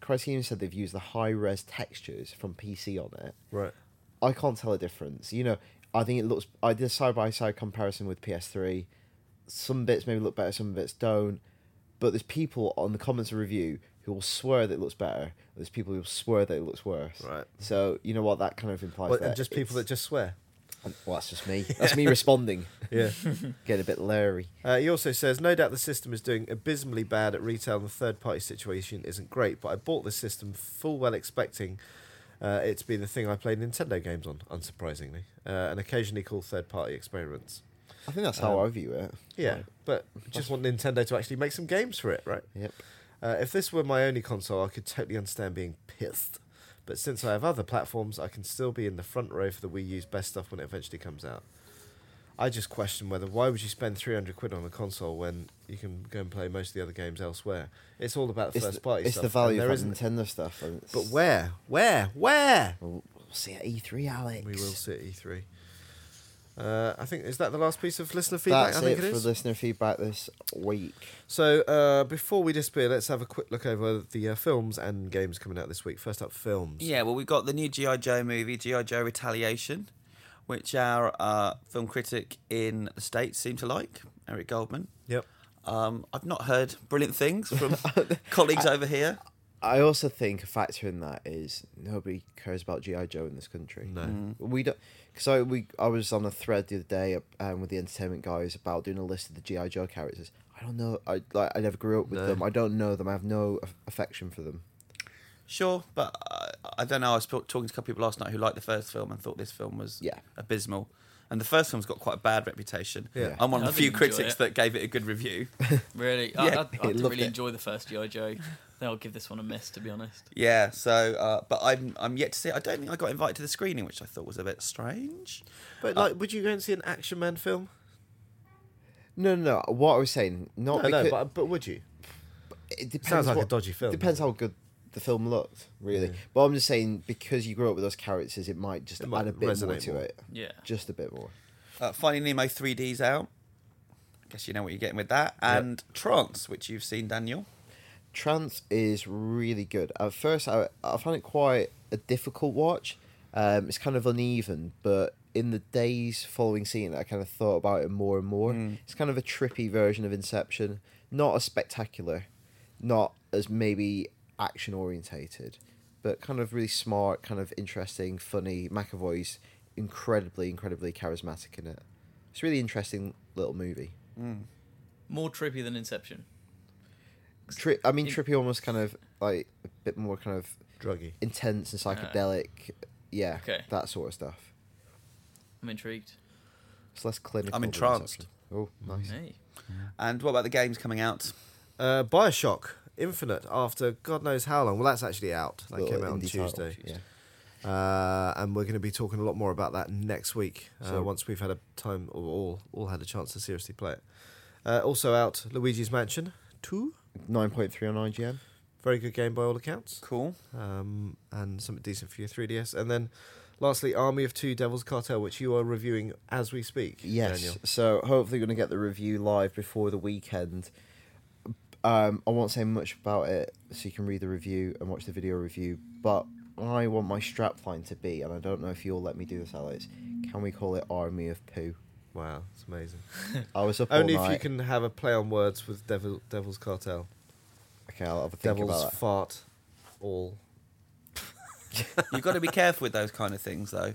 Speaker 5: Criterion said they've used the high res textures from PC on it.
Speaker 1: Right.
Speaker 5: I can't tell a difference. You know, I think it looks. I did a side by side comparison with PS3. Some bits maybe look better, some bits don't. But there's people on the comments of review who will swear that it looks better. There's people who will swear that it looks worse.
Speaker 1: Right.
Speaker 5: So you know what that kind of implies.
Speaker 1: Well,
Speaker 5: there.
Speaker 1: and just people that
Speaker 5: It's-
Speaker 1: just swear.
Speaker 5: Well, that's just me. That's me responding.
Speaker 1: Yeah.
Speaker 5: Get a bit leery.
Speaker 1: Uh, he also says, no doubt the system is doing abysmally bad at retail and the third party situation isn't great, but I bought this system full well expecting uh, it to be the thing I play Nintendo games on, unsurprisingly, uh, and occasionally call third party experiments.
Speaker 5: I think that's how
Speaker 1: Um,
Speaker 5: I view it.
Speaker 1: Yeah, but just want Nintendo to actually make some games for it, right?
Speaker 5: Yep.
Speaker 1: Uh, if this were my only console, I could totally understand being pissed. But since I have other platforms, I can still be in the front row for the Wii U's best stuff when it eventually comes out. I just question whether why would you spend 300 quid on a console when you can go and play most of the other games elsewhere? It's all about the
Speaker 5: It's,
Speaker 1: first
Speaker 5: the,
Speaker 1: party
Speaker 5: it's
Speaker 1: stuff.
Speaker 5: the
Speaker 1: and
Speaker 5: value
Speaker 1: there
Speaker 5: of
Speaker 1: isn't-
Speaker 5: that Nintendo stuff. and it's-
Speaker 1: But where? Where? Where?
Speaker 5: We'll, we'll see at E3, Alex.
Speaker 1: We will see at E3. Uh, I think is that the last piece of listener feedback?
Speaker 5: That's
Speaker 1: I think
Speaker 5: it, for listener feedback this week.
Speaker 1: So uh, before we disappear, let's have a quick look over the uh, films and games coming out this week. First up, films.
Speaker 4: Yeah, well, we've got the new G.I. Joe movie, G.I. Joe Retaliation, which our uh, film critic in the States seemed to like, Eric Goldman.
Speaker 1: Yep.
Speaker 4: Um, I've not heard brilliant things from colleagues over here.
Speaker 5: I also think a factor in that is nobody cares about GI Joe in this country.
Speaker 1: No. Mm.
Speaker 5: we don't. Because I we I was on a thread the other day um, with the entertainment guys about doing a list of the GI Joe characters. I don't know. I like I never grew up with
Speaker 1: No.
Speaker 5: them. I don't know them. I have no aff- affection for them.
Speaker 4: Sure, but I, I don't know. I was talk- talking to a couple people last night who liked the first film and thought this film was
Speaker 5: Yeah.
Speaker 4: abysmal. And the first film's got quite a bad reputation.
Speaker 1: Yeah.
Speaker 4: I'm one of
Speaker 2: I
Speaker 4: the few
Speaker 2: think you enjoy
Speaker 4: critics
Speaker 2: it.
Speaker 4: that gave it a good review.
Speaker 2: really,
Speaker 4: Yeah,
Speaker 2: I, I, I didn't
Speaker 5: loved
Speaker 2: really
Speaker 5: it.
Speaker 2: enjoy the first GI Joe. I think I'll give this one a miss, to be honest.
Speaker 4: yeah, so, uh, but I'm, I'm yet to see it. I don't think I got invited to the screening, which I thought was a bit strange.
Speaker 5: Uh,
Speaker 1: But like, would you go and see an action man film?
Speaker 5: No, no, no. What I was saying, not
Speaker 1: No, no,
Speaker 5: because-
Speaker 1: but, but would you?
Speaker 5: it depends
Speaker 1: Sounds like a
Speaker 5: what-
Speaker 1: dodgy film,
Speaker 5: Depends how good the film looked, really. But I'm just saying because you grew up with those characters, it might just
Speaker 1: It might
Speaker 5: add a bit more
Speaker 1: resonate
Speaker 5: to
Speaker 1: more.
Speaker 5: it.
Speaker 2: Yeah.
Speaker 5: just a bit more.
Speaker 4: Uh, Finding Nemo 3D's out. I guess you know what you're getting with that. And Trance, which you've seen, Daniel.
Speaker 5: Trance is really good. At first, I, I found it quite a difficult watch. Um, it's kind of uneven, but in the days following seeing it, I kind of thought about it more and more. It's kind of a trippy version of Inception, not as spectacular, not as maybe action orientated, but kind of really smart, kind of interesting, funny. McAvoy's incredibly, incredibly charismatic in it. It's a really interesting little movie.
Speaker 2: More trippy than Inception.
Speaker 5: Tri- I mean,
Speaker 2: In-
Speaker 5: trippy almost kind of like a bit more kind of
Speaker 1: Druggy.
Speaker 5: intense and psychedelic. yeah,
Speaker 2: Okay.
Speaker 5: that sort of stuff.
Speaker 2: I'm intrigued.
Speaker 5: It's less clinical.
Speaker 4: I'm
Speaker 5: than
Speaker 4: entranced.
Speaker 5: Inception. Oh, nice.
Speaker 2: Hey.
Speaker 4: And what about the games coming out?
Speaker 1: Uh, Bioshock Infinite after God knows how long. Well, that's actually out. That
Speaker 5: Little
Speaker 1: came out on
Speaker 5: indie title.
Speaker 1: Tuesday.
Speaker 5: Yeah.
Speaker 1: Uh, and we're going to be talking a lot more about that next week uh,
Speaker 5: So-
Speaker 1: once we've had a time or all all had a chance to seriously play it. Uh, also out, Luigi's Mansion Two,
Speaker 5: Nine point three on IGN.
Speaker 1: very good game by all accounts,
Speaker 4: Cool.
Speaker 1: um, and something decent for your 3DS. And then, lastly, Army of Two, Devil's Cartel, which you are reviewing as we speak.
Speaker 5: Yes.
Speaker 1: Daniel.
Speaker 5: So hopefully we're gonna get the review live before the weekend. Um, I won't say much about it, so you can read the review and watch the video review. But I want my strapline to be, and I don't know if you'll let me do this, Alex. Can we call it Army of Poo?
Speaker 1: Wow, it's amazing.
Speaker 5: I was up
Speaker 1: Only
Speaker 5: all
Speaker 1: if you
Speaker 5: night.
Speaker 1: can have a play on words with Devil, Devil's Cartel.
Speaker 5: Okay, I'll have a think
Speaker 1: Devil's
Speaker 5: about that.
Speaker 1: fart, all.
Speaker 4: You've got to be careful with those kind of things, though.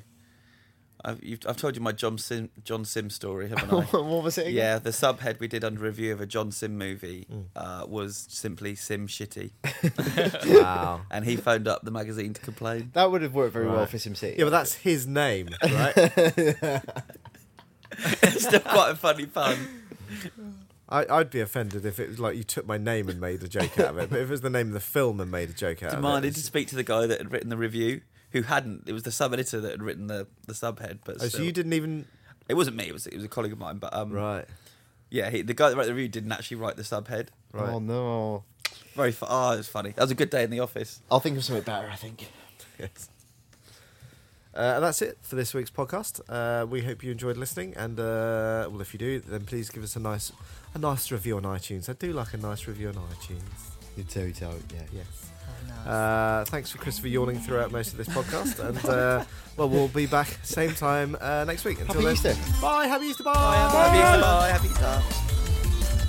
Speaker 4: I've, you've, I've told you my John Sim, John Sim story, haven't I?
Speaker 5: what was it? again?
Speaker 4: yeah, the subhead we did under review of a John Sim movie uh, was simply Sim Shitty.
Speaker 1: Wow.
Speaker 4: And he phoned up the magazine to complain.
Speaker 5: That would have worked very well
Speaker 1: Right.
Speaker 5: for SimCity.
Speaker 1: Yeah, but that's his name, right?
Speaker 4: it's still quite a funny pun.
Speaker 1: I, I'd be offended if it was like you took my name and made a joke out of it. But if it was the name of the film and made a joke out of it,
Speaker 4: Demanded to
Speaker 1: it's-
Speaker 4: speak to the guy that had written the review, who hadn't. It was the sub editor that had written the, the subhead, but
Speaker 1: Oh, so
Speaker 4: still.
Speaker 1: you didn't even
Speaker 4: It wasn't me. It was it was a colleague of mine. But um,
Speaker 1: right,
Speaker 4: yeah, he, the guy that wrote the review didn't actually write the subhead.
Speaker 1: right.
Speaker 5: Oh no!
Speaker 4: Very fu- oh, it was funny. That was a good day in the office.
Speaker 5: I'll think of something better. I think.
Speaker 1: Yes. Uh, and that's it for this week's podcast. Uh, we hope you enjoyed listening, and uh, well, if you do, then please give us a nice, a nice review on iTunes. I do like a nice review on iTunes.
Speaker 5: You do, don't you?
Speaker 1: Yes. Uh, thanks for Christopher yawning throughout most of this podcast, and uh, well, we'll be back same time uh, next week. Until
Speaker 5: Happy
Speaker 1: then,
Speaker 5: Easter.
Speaker 1: bye. Happy Easter. Bye.
Speaker 4: Happy Easter, bye. Happy Easter.